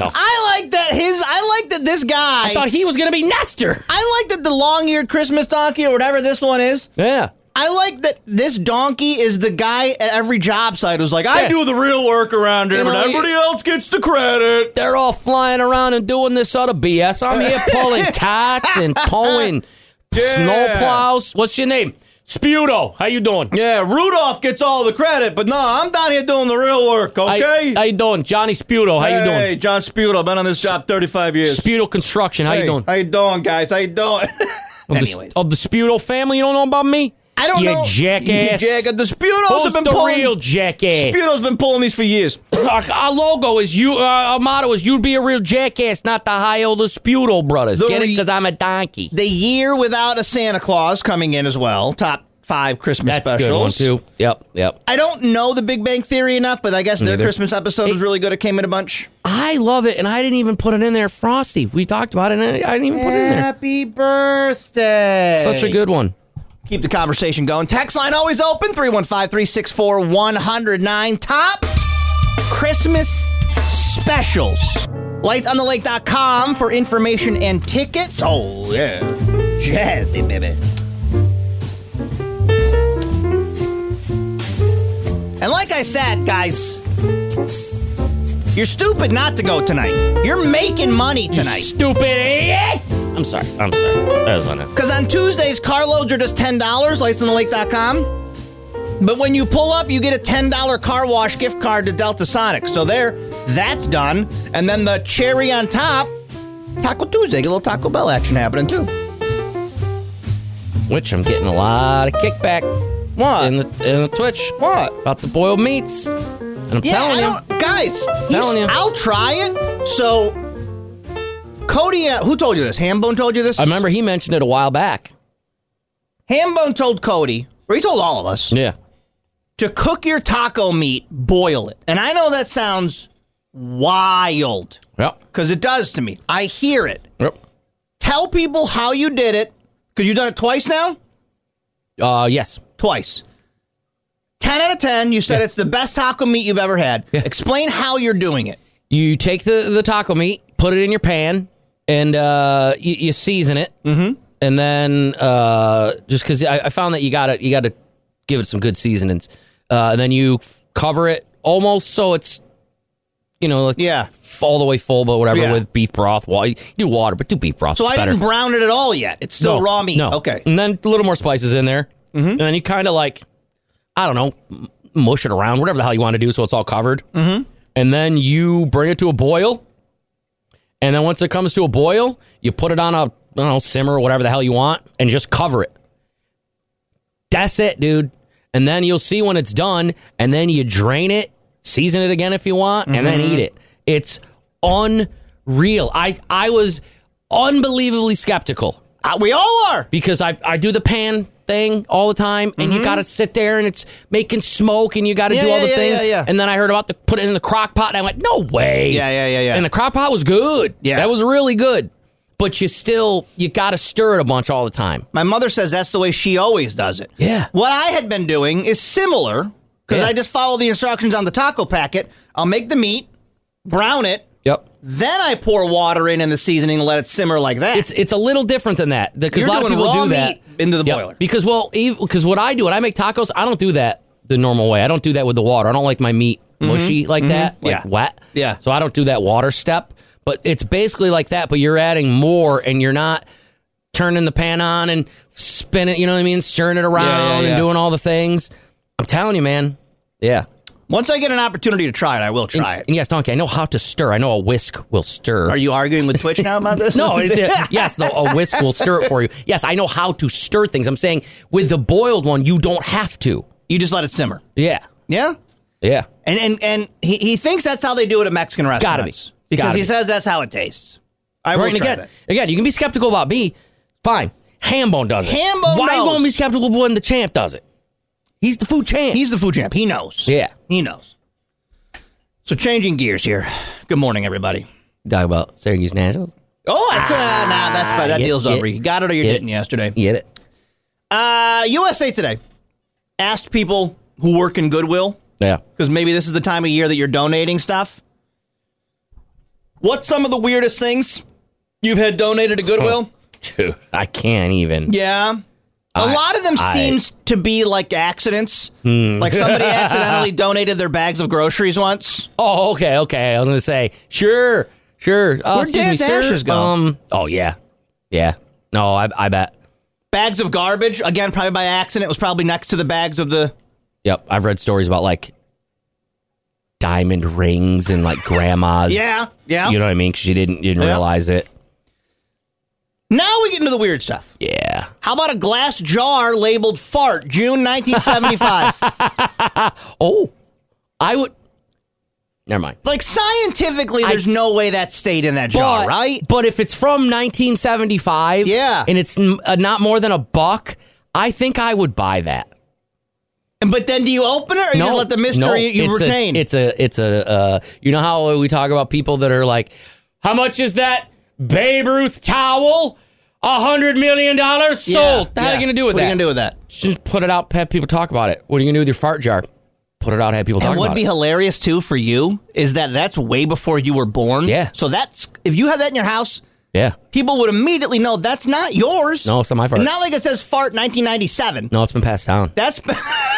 I like that his I like that this guy I thought he was going to be Nestor. I like that the long eared Christmas donkey or whatever this one is. Yeah. I like that this donkey is the guy at every job site who's like, I Yeah. do the real work around here, You but know, everybody else gets the credit. They're all flying around and doing this other BS. I'm here pulling cots and towing snow plows. What's your name? Sputo. How you doing? Yeah, Rudolph gets all the credit, but no, I'm down here doing the real work, How- okay? How, you doing? Johnny Sputo. How you Hey, doing? John Spudo, I've been on this job 35 years. Sputo Construction. How Hey, you doing? How you doing, guys? How you doing? of, the, anyways. of the Sputo family, you don't know about me? I don't you know. jackass. You jackass. The Spudos Who's have been the pulling. real jackass? Spudo's been pulling these for years. our, our logo is you. Uh, our motto is "You'd be a real jackass, not the high old Spudo brothers." The Get it? re- Because I'm a donkey. The year without a Santa Claus coming in as well. Top five Christmas That's a specials. good one too. Yep, yep. I don't know the Big Bang Theory enough, but I guess their Neither. Christmas episode was really good. It came in a bunch. I love it, and I didn't even put it in there. Frosty, we talked about it, and I I didn't even put it in there. Happy birthday! Such a good one. Keep the conversation going. Text line always open 315 364 109. Top Christmas specials. Lightsonthelake.com for information and tickets. Oh, yeah. Jazzy, baby. And like I said, guys, You're stupid not to go tonight. You're making money tonight. Stupid idiots! I'm sorry. I'm sorry. That was honest. Because on Tuesdays, car loads are just $10, lightsonthelake.com. But when you pull up, you get a $10 car wash gift card to Delta Sonic. So there, that's done. And then the cherry on top, Taco Tuesday. Get a little Taco Bell action happening too. Which I'm getting a lot of kickback What? in the in the Twitch what? about the boiled meats. And I'm Yeah, telling I you. don't, guys. he's- Telling you. I'll try it. So, Cody, uh, who told you this? Hambone told you this. I remember he mentioned it a while back. Hambone told Cody, or he told all of us, Yeah. to cook your taco meat, boil it. And I know that sounds wild Yep. because it does to me. I hear it. Yep. Tell people how you did it because you've done it twice now. Uh yes. Twice. 10 out of 10, you said it's the best taco meat you've ever had. Explain how you're doing it. You take the, the taco meat, put it in your pan, and uh, you, you season it, mm-hmm. and then uh, just because I, I found that you gotta you gotta give it some good seasonings, uh, and then you f- cover it almost so it's you know like Yeah. f- all the way full, but whatever Yeah. with beef broth. Well, you do water, but do beef broth. So it's I better. didn't brown it at all yet. It's still raw meat. No. Mm. Okay. And then a little more spices in there. Mm-hmm. And then you kind of like, I don't know, m- mush it around, whatever the hell you want to do so it's all covered. Mm-hmm. And then you bring it to a boil. And then once it comes to a boil, you put it on a, I don't know, simmer or whatever the hell you want and just cover it. That's it, dude. And then you'll see when it's done. And then you drain it, season it again if you want, and then Mm-hmm. eat it. It's unreal. I, I was unbelievably skeptical Uh, we all are. because I I do the pan thing all the time, and you got to sit there and it's making smoke, and you got to Mm-hmm. Yeah, do all yeah, the yeah, things. yeah, yeah. And then I heard about the put it in the crock pot, and I went, no way. Yeah, yeah, yeah, yeah. And the crock pot was good. Yeah. that was really good. But you still you got to stir it a bunch all the time. My mother says that's the way she always does it. Yeah. What I had been doing is similar because Yeah. I just follow the instructions on the taco packet. I'll make the meat, brown it, Yep. then I pour water in and the seasoning and let it simmer like that. It's it's a little different than that because You're a lot of doing people raw do that meat into the Yeah, boiler. Because well, because what I do when I make tacos, I don't do that the normal way. I don't do that with the water. I don't like my meat mushy like that, like Mm-hmm. Yeah. wet. Yeah. So I don't do that water step. But it's basically like that. But you're adding more, and you're not turning the pan on and spinning. You know what I mean? Stirring it around yeah. and doing all the things. I'm telling you, man. Yeah. Once I get an opportunity to try it, I will try it. And yes, Donkey, I know how to stir. I know a whisk will stir. Are you arguing with Twitch now about this? No, uh, is it? Yes, no, a whisk will stir it for you. Yes, I know how to stir things. I'm saying with the boiled one, you don't have to. You just let it simmer. Yeah, Yeah. yeah. And and and he, he thinks that's how they do it at Mexican gotta restaurants. be. Because Gotta he be. says that's how it tastes. I Right, will and try again, that. again, you can be skeptical about me. Fine, Hambone does it. Hambone Why knows. won't be skeptical when the champ does it? He's the food champ. He's the food champ. He knows. yeah. He knows. So changing gears here. Good morning, everybody. Talk about Syracuse Nationals. Oh, I could, uh, nah, that's fine. That yeah, deal's yeah. over. You got it or you Yeah. didn't yesterday. Get it? Uh, USA Today asked people who work in Goodwill Yeah. because maybe this is the time of year that you're donating stuff. What's some of the weirdest things you've had donated to Goodwill? Dude, I can't even. Yeah. a I- lot of them I- Hmm. seems to be like accidents. Like somebody accidentally donated their bags of groceries once. Oh, okay, okay. I was gonna say, sure, sure. Uh, Where'd excuse Dad's me, sir. ashes go? Um. Oh yeah, yeah. No, I, I bet. Bags of garbage, again, probably by accident, was probably next to the bags of the Yep, I've read stories about like diamond rings and like grandmas. Yeah, yeah. You know what I mean? 'Cause she didn't didn't Yeah. realize it. Now we get into the weird stuff. Yeah. How about a glass jar labeled fart, June 1975? Oh, I would. Never mind. like, scientifically, there's no way that stayed in that jar, but, right? But if it's from 1975, Yeah. and it's n- uh, not more than a buck, I think I would buy that. But then do you open it or you just let the mystery no, you it's retain? A, it's a, it's a, uh, you know how we talk about people that are like, how much is that Babe Ruth towel? A hundred million dollars sold. Yeah, What the hell are yeah. you gonna do with what that? What are you going to do with that? Just put it out, have people talk about it. What are you gonna do with your fart jar? Put it out, have people talk And what'd about be it. hilarious too for you is that that's way before you were born. Yeah. So that's if you have that in your house, Yeah, people would immediately know that's not yours. No, it's not my fart. Not like it says fart 1997. No, it's been passed down. That's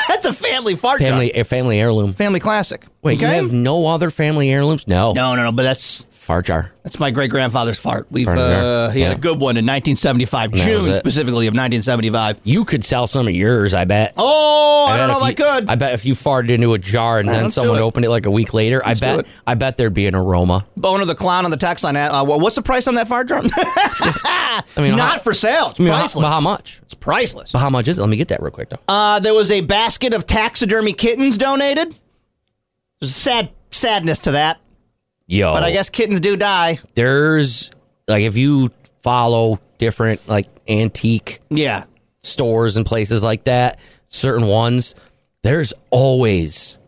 that's a family fart. joke. Family, a family heirloom. family classic. Wait, you Okay? have no other family heirlooms? No. no, no, no. But that's Fart jar. That's my great grandfather's fart. We've Fart uh, jar. he had Yeah. a good one in 1975, That was June it. specifically of 1975. You could sell some of yours, I bet. Oh, I, don't bet know if I if you- could. I bet if you farted into a jar and then let's do someone it. opened it like a week later, Let's I do bet it. I bet there'd be an aroma. Boner the clown on the text line. Uh, wha- what's the price on that fart drum? I mean, not how- for sale. It's I mean, how, priceless. but how much? It's priceless. But how much is it? Let me get that real quick though. Uh, there was a basket of taxidermy kittens donated. There's sad sadness to that, Yo, but I guess kittens do die. there's like if you follow different like antique Yeah, stores and places like that, certain ones, there's always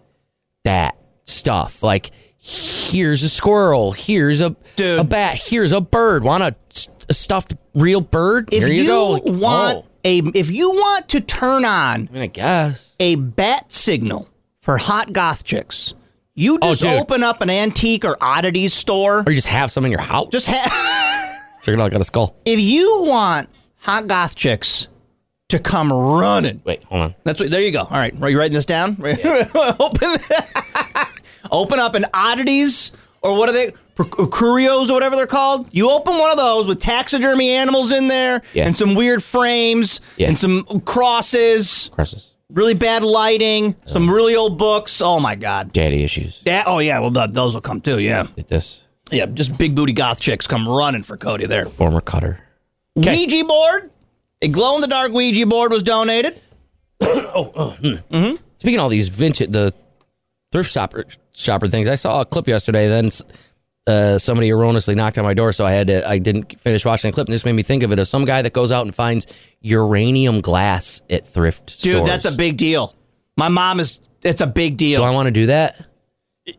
that stuff. Like here's a squirrel, here's a Dude. a bat, here's a bird. Want a, s- a stuffed real bird? if Here you, you, go. Like, want oh. a if you want to turn on I mean, I guess. a bat signal for hot goth chicks. You Oh, just dude. open up an antique or oddities store. Or you just have some in your house. Just ha- figured out I got a skull. if you want hot goth chicks to come running. Wait, hold on. That's what, there you go. All right, are you writing this down? open, open up an oddities or what are they? Pro- uh, Curios or whatever they're called. You open one of those with taxidermy animals in there Yeah. and some weird frames Yeah. and some crosses, Crosses. really bad lighting, some really old books. Oh my god. Daddy issues. Yeah. Oh, yeah. Well, th- those will come too. Yeah. Did this Yeah. Just big booty goth chicks come running for Cody there. former cutter. Ouija board. A glow in the dark Ouija board was donated. Speaking of all these vintage, the thrift shopper shopper things. I saw a clip yesterday. Then uh, somebody erroneously knocked on my door, so I had to. I didn't finish watching the clip, and this made me think of it as some guy that goes out and finds uranium glass at thrift Dude, stores. that's a big deal. My mom is. It's a big Do I deal. want to do that?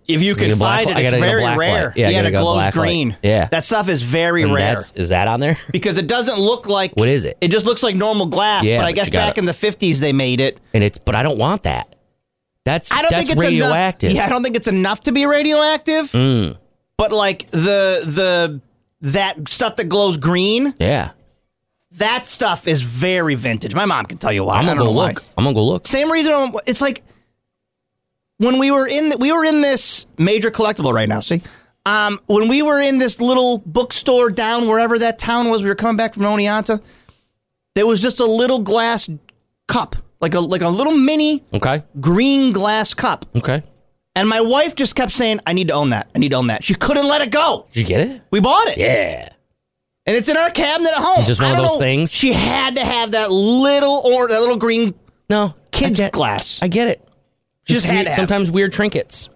If you need a can find black light? I it, gotta it's need a very black rare. light. Yeah, I and gotta it go glows black light. green. Yeah. that stuff is very And rare that's- is that on there? because it doesn't look like What is it? It just looks like normal glass. Yeah, but I but guess you gotta- back in the fifties they made it. And it's but I don't want that. That's I don't that's think it's radioactive. Enough. Yeah, I don't think it's enough to be radioactive. But like the the that stuff that glows green, Yeah. that stuff is very vintage. My mom can tell you why. I'm I gonna don't go know why. look. I'm gonna go look. Same reason. I'm- It's like when we were in the, we were in this major collectible right now. See, um, when we were in this little bookstore down wherever that town was, we were coming back from Oneonta. There was just a little glass cup, like a like a little mini Okay. green glass cup. Okay. And my wife just kept saying, I need to own that. I need to own that. She couldn't let it go. Did you get it? We bought it. Yeah. And it's in our cabinet at home. It's just one I of don't those know- things? She had to have that little or that little green No. kid's I get, glass. I get it. Just had weird- to have sometimes weird trinkets.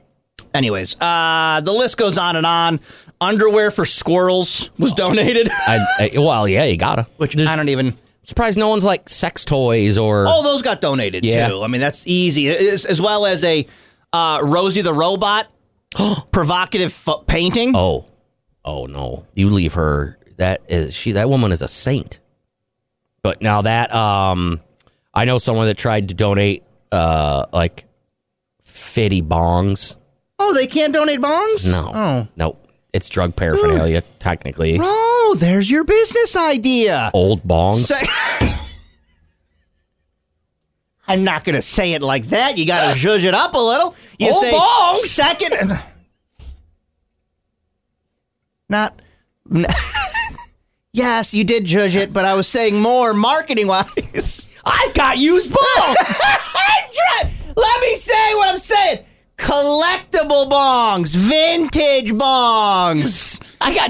Anyways, uh the list goes on and on. Underwear for squirrels was donated. I, I well, yeah, you gotta. Which There's- I don't even surprised no one's like sex toys or Oh, those got donated Yeah. too. I mean, that's easy. As, as well as a uh Rosie the Robot provocative f- painting. oh, oh no, you leave her. That is she. That woman is a saint. But now that um, I know someone that tried to donate uh like fifty bongs. Oh, they can't donate bongs? No, Oh. no, it's drug paraphernalia technically. Oh, there's your business idea. Old bongs. Say- I'm not going to say it like that. You got to zhuzh it up a little. You Oh, say balls. second. Not. n- yes, you did judge it, but I was saying more marketing wise. I've got used bongs. Let me say what I'm saying. Collectible bongs, vintage bongs. I got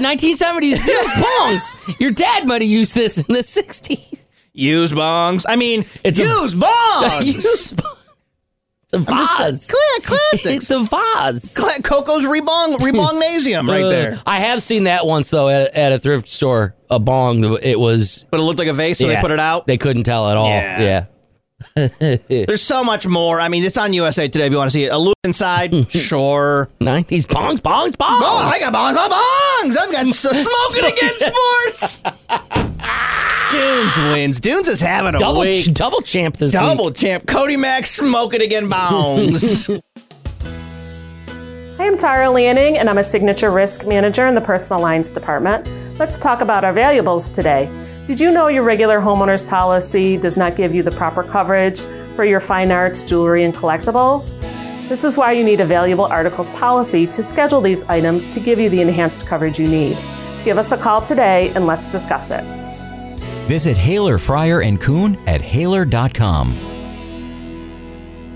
1970s used bongs. Your dad might have used this in the 60s. Used bongs. I mean, It's a- used bongs. Used bongs. It's a vase. Ah, Cla- classics. It's a vase. Cla- Coco's rebong rebongnasium right there. Uh, I have seen that once though at, at a thrift store. A bong. It was. But it looked like a vase, so yeah, they put it out. They couldn't tell at all. Yeah. Yeah. There's so much more. I mean, it's on USA Today if you want to see it. A loop inside, sure. 90s bongs, bongs, bongs. Oh, I got bongs, bongs. I've got so- smoking against sports. Dunes wins. Dunes is having a double week. double champ this double week. champ. Cody Mack smoking again bongs. I am Tara Lanning, and I'm a signature risk manager in the personal lines department. Let's talk about our valuables today. Did you know your regular homeowner's policy does not give you the proper coverage for your fine arts, jewelry, and collectibles? This is why you need a valuable articles policy to schedule these items to give you the enhanced coverage you need. Give us a call today and let's discuss it. Visit Haler, Fryer, and Kuhn at Haler.com.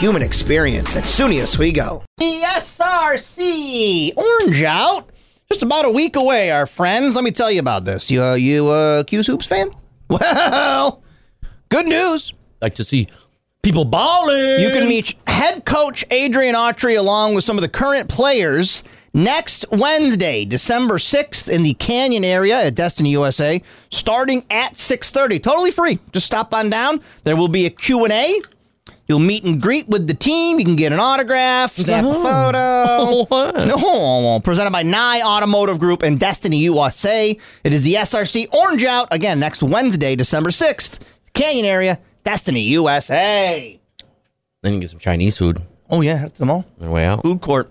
human experience at SUNY Oswego. The SRC Orange Out. Just about a week away, our friends. Let me tell you about this. You, uh, you, uh, Q's Hoops fan? Well, good news. Like to see people balling. You can meet head coach Adrian Autry along with some of the current players next Wednesday, December 6th in the Canyon area at Destiny USA, starting at 6:30. Totally free. Just stop on down. There will be a Q&A. You'll meet and greet with the team. You can get an autograph, snap a photo. No, presented by Nye Automotive Group and Destiny USA. It is the SRC Orange Out again next Wednesday, December 6th, Canyon area, Destiny USA. Then you can get some Chinese food on Oh yeah, head to the mall. the way out. Food court.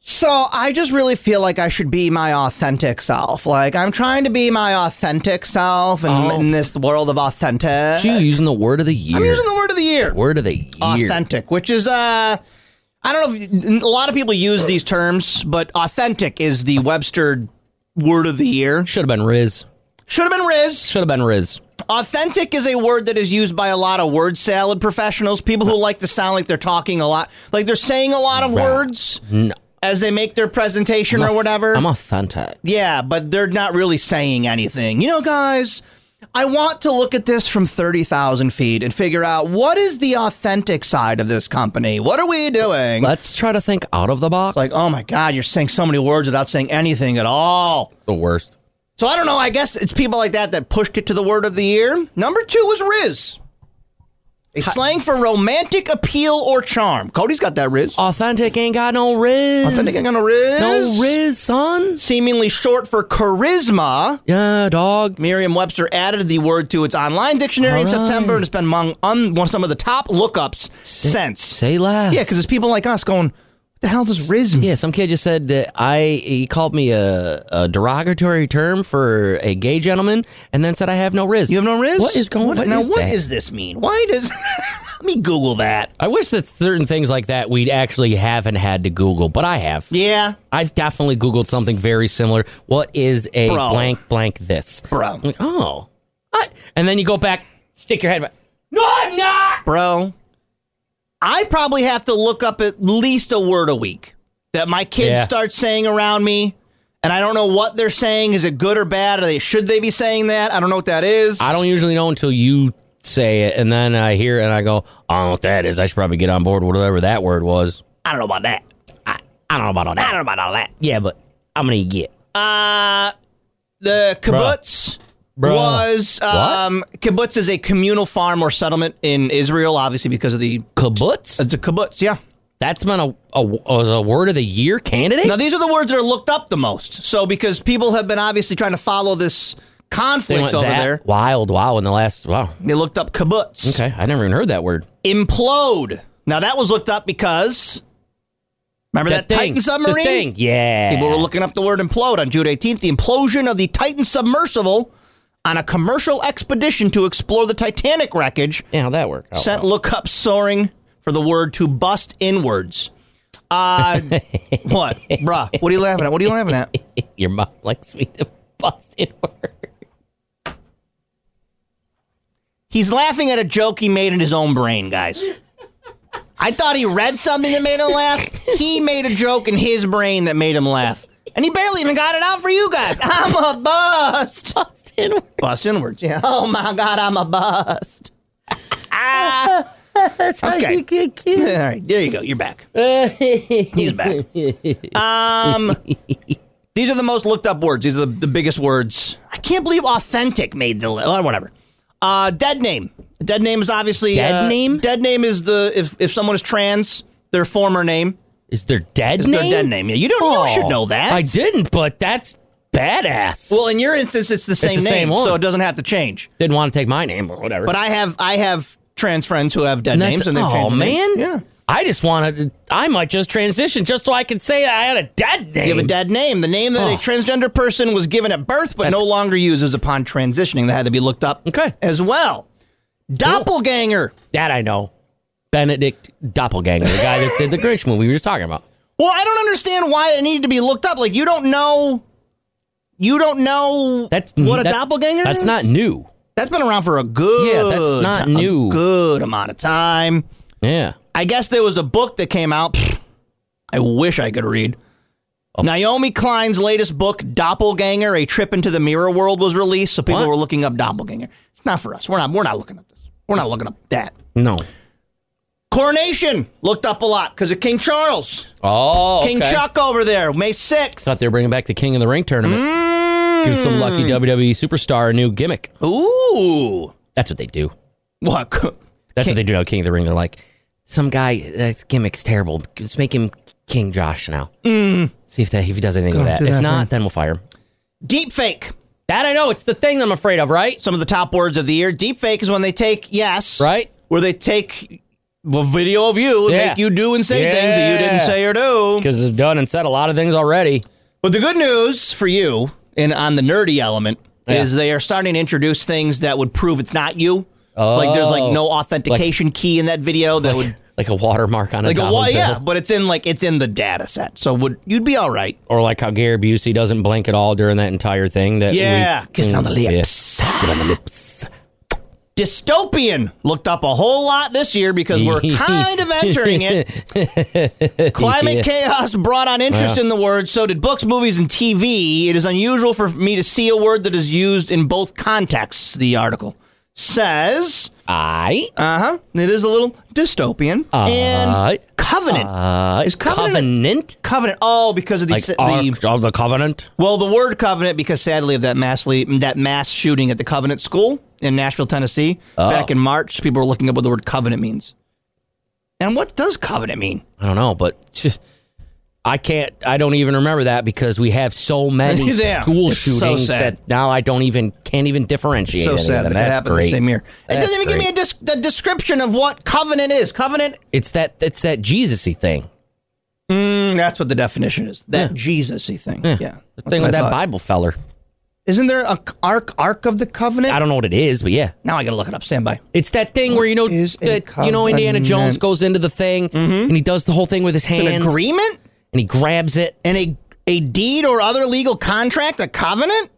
So I just really feel like I should be my authentic self. Like I'm trying to be my authentic self in, Oh. in this world of authentic. You using the word of the year? I'm using the word of the year. word of the year. authentic, which is uh I don't know if a lot of people use these terms, but authentic is the Webster word of the year. Should have been Riz. Should have been Riz. Should have been Riz. Authentic is a word that is used by a lot of word salad professionals, people who like to sound like they're talking a lot, like they're saying a lot of words as they make their presentation or whatever. I'm authentic. Yeah, but they're not really saying anything. You know, guys, I want to look at this from 30,000 feet and figure out what is the authentic side of this company? What are we doing? Let's try to think out of the box. like, oh my God, you're saying so many words without saying anything at all. the worst. So I don't know. I guess it's people like that that pushed it to the word of the year. Number two was Riz. A slang for romantic appeal or charm. Cody's got that Riz. Authentic ain't got no Riz. Authentic ain't got no Riz. no Riz, son. Seemingly short for charisma. Yeah, dog. Merriam Webster added the word to its online dictionary in All right. September, and it's been among un- one of some of the top lookups since. Say less. Yeah, because it's people like us going, what the hell does Riz mean? Yeah, some kid just said that I he called me a, a derogatory term for a gay gentleman, and then said I have no riz. You have no Riz? What is going? What, what now, is what that? does this mean? Why does. Let me Google that. I wish that certain things like that we actually haven't had to Google, but I have. Yeah. I've definitely Googled something very similar. What is a Bro. blank blank this? Bro. I'm like, oh. What? And then you go back, stick your head back. No, I'm not. Bro, I probably have to look up at least a word a week that my kids Yeah. start saying around me. And I don't know what they're saying. Is it good or bad? Are they should they be saying that? I don't know what that is. I don't usually know until you say it, and then I hear it and I go, I don't know what that is. I should probably get on board with whatever that word was. I don't know about that. I, I don't know about all that. I don't know about all that. Yeah, but I'm gonna get. Uh, the kibbutz Bruh. was um, kibbutz is a communal farm or settlement in Israel, obviously because of the Kibbutz? it's a kibbutz. Yeah. That's been a, a, was a word of the year candidate? Now these are the words that are looked up the most. So because people have been obviously trying to follow this They conflict went over that there, Wild, wow, in the last, wow. they looked up kibbutz. Okay, I never even heard that word. Implode. Now that was looked up because remember that, The thing, Titan submarine. The thing. Yeah. People were looking up the word implode on June 18th. The implosion of the Titan submersible on a commercial expedition to explore the Titanic wreckage yeah, how'd that work? Oh, sent lookups soaring for the word to bust inwards. Uh, what, bruh? What are you laughing at? What are you laughing at? Your mom likes me to bust it work. He's laughing at a joke he made in his own brain, guys. I thought he read something that made him laugh. He made a joke in his brain that made him laugh. And he barely even got it out for you guys. I'm a bust. Bust inwards. Bust inwards, yeah. Oh my God, I'm a bust. Ah. That's okay. how you get cute. All right, there you go. You're back. He's back. Um, These are the most looked up words. These are the, the biggest words. I can't believe authentic made the list. Whatever. Uh, dead name. Dead name is obviously Dead uh, name? Dead name is the if if someone is trans, their former name. Is their dead It's name? their dead name. Yeah, you don't know- you should know that. I didn't, but that's badass. Well, in your instance, it's the same the same name, one. so it doesn't have to change. Didn't want to take my name or whatever. But I have I have trans friends who have dead And that's- names, and they've oh changed their names. man, yeah. I just want to. I might just transition just so I can say I had a dead name. You have a dead name. The name that a Oh. transgender person was given at birth but That's- no longer uses upon transitioning. That had to be looked up Okay. as well. Doppelganger. That I know. Benedict Doppelganger, the guy that did the Grinch movie we were just talking about. Well, I don't understand why it needed to be looked up. Like, you don't know. You don't know That's what a that- doppelganger That's is? not new. That's been around for a good. Yeah, that's not ti- a new. good amount of time. Yeah. I guess there was a book that came out. pfft, I wish I could read. Oh. Naomi Klein's latest book, Doppelganger: A Trip into the Mirror World, was released, so people What? were looking up doppelganger. It's not for us. We're not. We're not looking up this. We're not looking up that. No. Coronation looked up a lot because of King Charles, Oh, King okay. Chuck over there, May sixth. Thought they were bringing back the King of the Ring tournament. Give some lucky Mm. WWE superstar a new gimmick. Ooh, That's what they do. what? That's what they do now. King of the Ring. They're like, some guy that gimmick's terrible. Let's make him King Josh now. See if that if he does anything with that. Mm. do If that not, thing. then we'll fire him. Deep fake. That I know. It's the thing that I'm afraid of, right? Some of the top words of the year. Deep fake is when they take yes, Right? Where they take a video of you, and Yeah. make you do and say things that you Yeah. didn't say or do. Because I've done and said a lot of things already. But the good news for you and on the nerdy element Yeah. is they are starting to introduce things that would prove it's not you. Like there's like no authentication key in that video that would Like a watermark on a like a dollar why bill. yeah, but it's in like it's in the data set. So would you'd be all right. Or like how Gary Busey doesn't blink at all during that entire thing. That Yeah, we- kiss on the Yeah. lips. Dystopian looked up a whole lot this year because we're kind of entering it. Climate chaos brought on interest Yeah. in the word, so did books, movies, and TV. It is unusual for me to see a word that is used in both contexts, the article says. I Uh huh. It is a little dystopian. and covenant. uh, Uh, is covenant. covenant covenant. Oh, because of the, like the Ark of the Covenant. well, the word covenant, because sadly of that mass le- that mass shooting at the Covenant School in Nashville, Tennessee, Oh. back in March, people were looking up what the word covenant means. And what does covenant mean? I don't know, but I can't. I don't even remember that because we have so many Yeah. school It's so shootings sad. that now I don't even can't even differentiate. so any of sad them. that That's that happened great. the same year. it That's doesn't even give me great. a dis- the description of what covenant is. Covenant, It's that. It's that Jesusy thing. mm, that's what the definition is. That Jesus-y thing. Yeah. The That's thing what with I that thought. Bible feller. Isn't there a c- ark ark of the covenant? I don't know what it is, but yeah. now I gotta look it up. Stand by. It's that thing where you know is a that you know Indiana Jones covenant? Mm-hmm. goes into the thing and he does the whole thing with his It's hands an agreement and he grabs it. and a a deed or other legal contract, a covenant.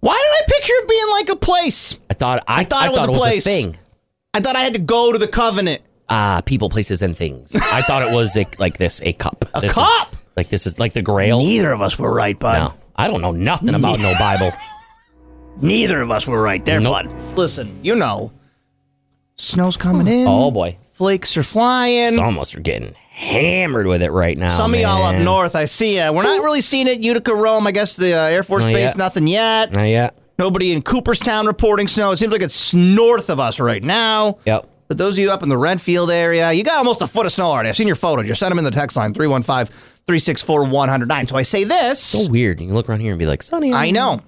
Why did I picture it being like a place? I thought I, thought I it was a place. thing. I thought I had to go to the covenant. Ah, people, places, and things. I thought it was a, like this a cup. A This is- cup? like this is like the Grail. Neither of us were right, bud. No, I don't know nothing about no Bible. Neither of us were right there, Nope. bud. Listen, you know, snow's coming in. Oh boy, Flakes are flying. some of us are getting hammered with it right now. Some of y'all up man. north, I see ya. We're not really seeing it. Utica, Rome, I guess the uh, Air Force Not Base, yet. nothing yet. Not yet. Nobody in Cooperstown reporting snow. It seems like it's north of us right now. Yep. But those of you up in the Renfield area, you got almost a foot of snow already. I've seen your photos. You sent them in the text line 315 364 109. So I say this. So weird. You can look around here and be like, Sonny. I know.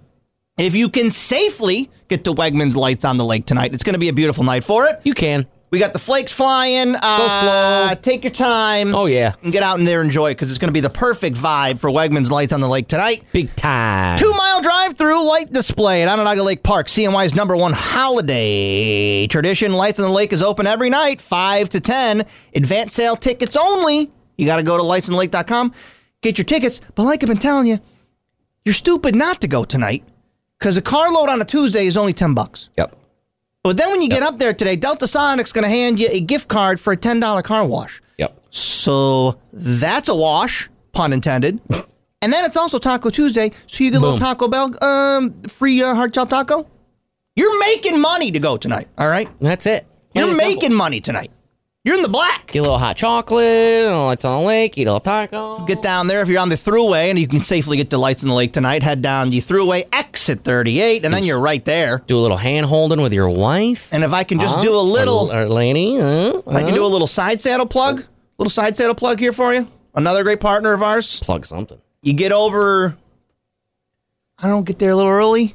If you can safely get to Wegmans Lights on the Lake tonight, it's going to be a beautiful night for it. You can. We got the flakes flying. Go slow. Take your time. Oh yeah. And get out in there and enjoy it because it's going to be the perfect vibe for Wegmans Lights on the Lake tonight. Big time. Two mile drive through light display at Onondaga Lake Park, CNY's number one holiday tradition. Lights on the Lake is open every night, 5 to 10. Advance sale tickets only. You got to go to lightsonthelake.com, get your tickets. But like I've been telling you, you're stupid not to go tonight because a car load on a Tuesday is only 10 bucks. Yep. But then when you get up there today, Delta Sonic's going to hand you a gift card for a $10 car wash. Yep. So that's a wash, pun intended. and then it's also Taco Tuesday, so you get a little Boom. Taco Bell um, free uh, hard shell taco. You're making money to go tonight, all right? That's it. You're Plain and simple. making money tonight. You're in the black. Get a little hot chocolate, and a lights on the lake, eat a little taco. Get down there if you're on the thruway and you can safely get to Lights in the Lake tonight. Head down the thruway, exit 38, and then you're right there. Do a little hand holding with your wife. And if I can just Huh? do a little, Or, or Laney. huh? if I can Huh? do a little side saddle plug, little side saddle plug here for you. Another great partner of ours. Plug something. You get over, I don't get there a little early.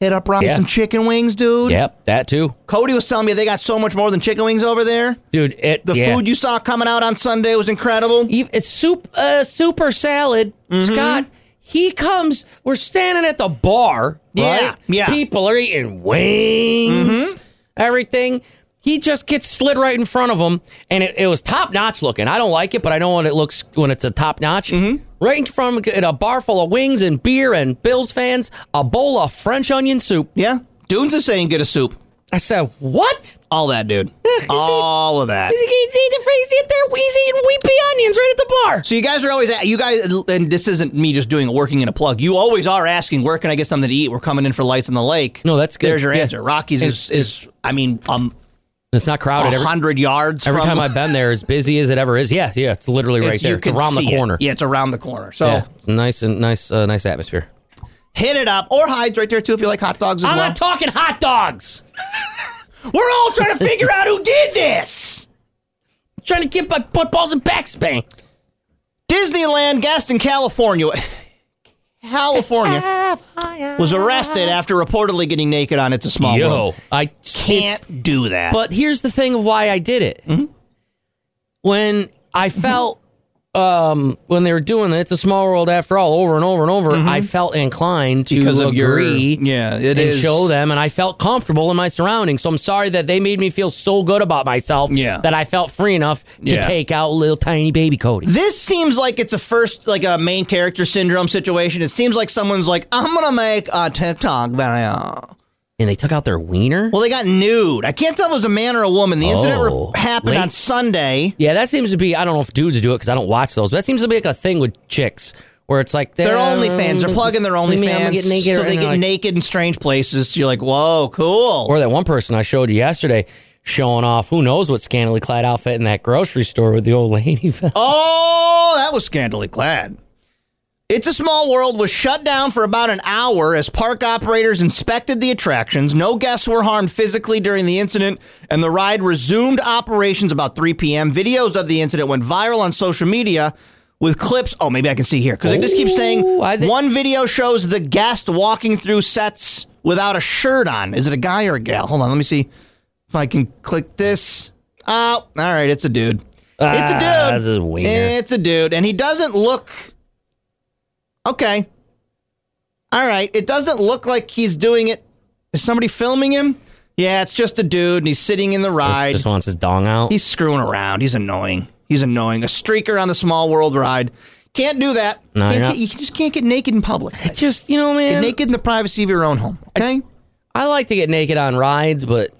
Hit up Rocky Yeah. some chicken wings, dude. Yep, that too. Cody was telling me they got so much more than chicken wings over there. Dude, it, The yeah. food you saw coming out on Sunday was incredible. Eve- it's soup, uh, super salad, Mm-hmm. Scott. He comes. We're standing at the bar. Yeah, right? yeah. Mm-hmm. People are eating wings, everything. He just gets slid right in front of him, and it, it was top notch looking. I don't like it, but I know when it looks when it's a top notch. Mm-hmm. Right in front of him, in a bar full of wings and beer and Bills fans, a bowl of French onion soup. Yeah. Dunes is saying get a soup. I said, "What? All that, dude. Is he- All of that. He's eating, he's eating, there- he's eating weepy onions right at the bar." So you guys are always at, you guys, and this isn't me just doing working in a plug. You always are asking, where can I get something to eat? We're coming in for lights in the lake. No, that's good. There's your Yeah. answer. Rockies is, is I mean, um, It's not crowded. a Every- hundred yards. Every from, time I've been there, as busy as it ever is, yeah, yeah, it's literally right it's- there. you It's can around the see it. corner. Yeah, it's around the corner. So Yeah, it's nice and nice, uh, nice atmosphere. hit it up or hides right there too if you like hot dogs as I'm well. not talking hot dogs. We're all trying to figure out who did this. I'm trying to get my footballs and back spanked. Disneyland guest in California. California was arrested after reportedly getting naked on It's a Small Yo, World. I Can't can't. do that. But here's the thing of why I did it. Mm-hmm. When I felt, um, when they were doing it, it's a small world after all, over and over and over. I felt inclined to Mm-hmm. because of your agree. yeah, it and is- show them. And I felt comfortable in my surroundings. So I'm sorry that they made me feel so good about myself Yeah. that I felt free enough to Yeah. take out little tiny baby Cody. This seems like it's a first, like a main character syndrome situation. It seems like someone's like, I'm gonna make a TikTok video. And they took out their wiener? Well, they got nude. I can't tell if it was a man or a woman. The incident Oh, re- happened on late. Sunday. yeah, that seems to be, I don't know if dudes do it because I don't watch those, but that seems to be like a thing with chicks where it's like They're um, OnlyFans. They're plugging their I mean, I'm OnlyFans. gonna get naked so right they now, get like- naked in strange places. You're like, whoa, cool. Or that one person I showed you yesterday showing off who knows what scantily clad outfit in that grocery store with the old lady. Oh, that was scantily clad. It's a Small World was shut down for about an hour as park operators inspected the attractions. No guests were harmed physically during the incident, and the ride resumed operations about 3 p.m. Videos of the incident went viral on social media with clips. Oh, maybe I can see here because it just keeps saying Ooh, I thi- one video shows the guest walking through sets without a shirt on. Is it a guy or a gal? Hold on, let me see if I can click this. Oh, all right, it's a dude. It's a Ah, dude. this is wiener. It's a dude, and he doesn't look. Okay. All right. It doesn't look like he's doing it. Is somebody filming him? Yeah, it's just a dude, and he's sitting in the ride. Just wants his dong out. He's screwing around. He's annoying. He's annoying. A streaker on the small world ride. Can't do that. No, you, you're can't- not. you just can't get naked in public. It's just, you know, Get man. naked in the privacy of your own home. Okay. I like to get naked on rides, but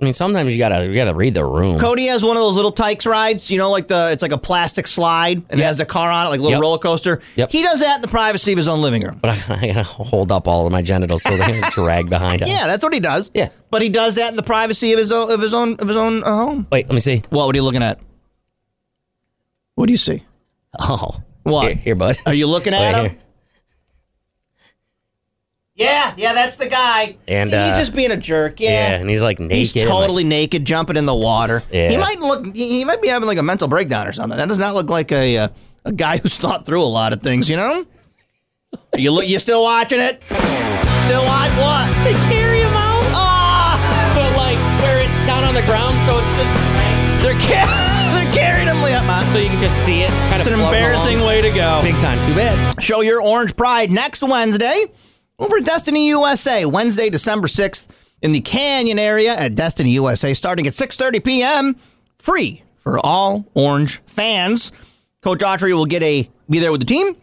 I mean sometimes you gotta you gotta read the room. Cody has one of those little tykes rides, you know, like the it's like a plastic slide and it Yep. has a car on it, like a little Yep. roller coaster. Yep. He does that in the privacy of his own living room. but I, I gotta hold up all of my genitals so they don't drag behind us. Yeah, that's what he does. Yeah. but he does that in the privacy of his own of his own of his own uh, home. Wait, let me see. What? What are you looking at? What do you see? Oh, What? Here, here, bud. Are you looking Wait, at him? here. Yeah, yeah, that's the guy. And, See, uh, he's just being a jerk. Yeah. Yeah, and he's like naked. he's and, like- totally naked, jumping in the water. Yeah. he might look. He he might be having like a mental breakdown or something. That does not look like a uh, a guy who's thought through a lot of things. You know. Are you look. You still watching it? Still watch what? they carry him out, Ah, but like where it's down on the ground, so it's just they're car- they're carrying him, Leon. so you can just see it. Kind It's of an floating embarrassing along. way to go. Big time. Too bad. Show your orange pride next Wednesday over at Destiny USA, Wednesday, December 6th in the Canyon area at Destiny USA starting at 6:30 p.m. free for all orange fans. Coach Autry will get a be there with the team.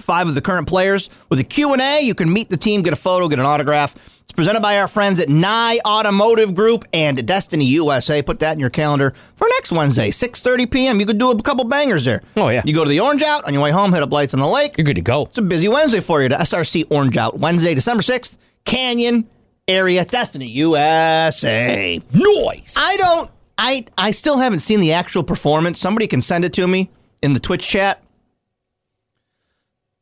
Five of the current players with a Q&A. You can meet the team, get a photo, get an autograph. It's presented by our friends at Nye Automotive Group and Destiny USA. Put that in your calendar for next Wednesday, 6:30 p.m. You could do a couple bangers there. Oh, yeah. You go to the Orange Out on your way home, hit up Lights on the Lake. You're good to go. It's a busy Wednesday for you to SRC Orange Out. Wednesday, December 6th, Canyon Area Destiny, USA. Noise. I don't I I still haven't seen the actual performance. Somebody can send it to me in the Twitch chat.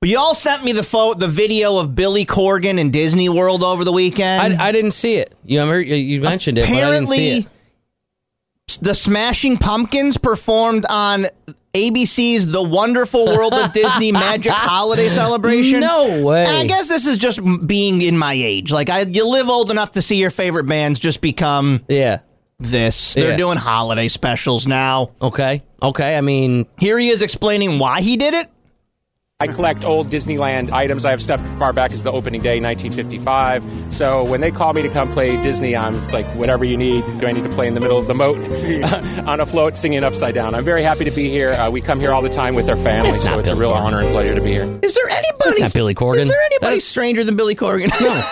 But y'all sent me the photo, the video of Billy Corgan in Disney World over the weekend. I, I didn't see it. You remember, you mentioned it, but I didn't Apparently, see it. the Smashing Pumpkins performed on ABC's The Wonderful World of Disney Magic Holiday Celebration. No way. And I guess this is just m- being in my age. Like, I, you live old enough to see your favorite bands just become yeah this. They're Yeah. doing holiday specials now. Okay. Okay. I mean, here he is explaining why he did it. I collect old Disneyland items. I have stuff as far back as the opening day, 1955. So when they call me to come play Disney, I'm like, whatever you need. Do I need to play in the middle of the moat on a float singing upside down? I'm very happy to be here. Uh, we come here all the time with our family, That's not so it's a Bill real honor and pleasure to be here. Is there anybody? That's not Billy Corgan. Is there That anybody is- stranger than Billy Corgan? no,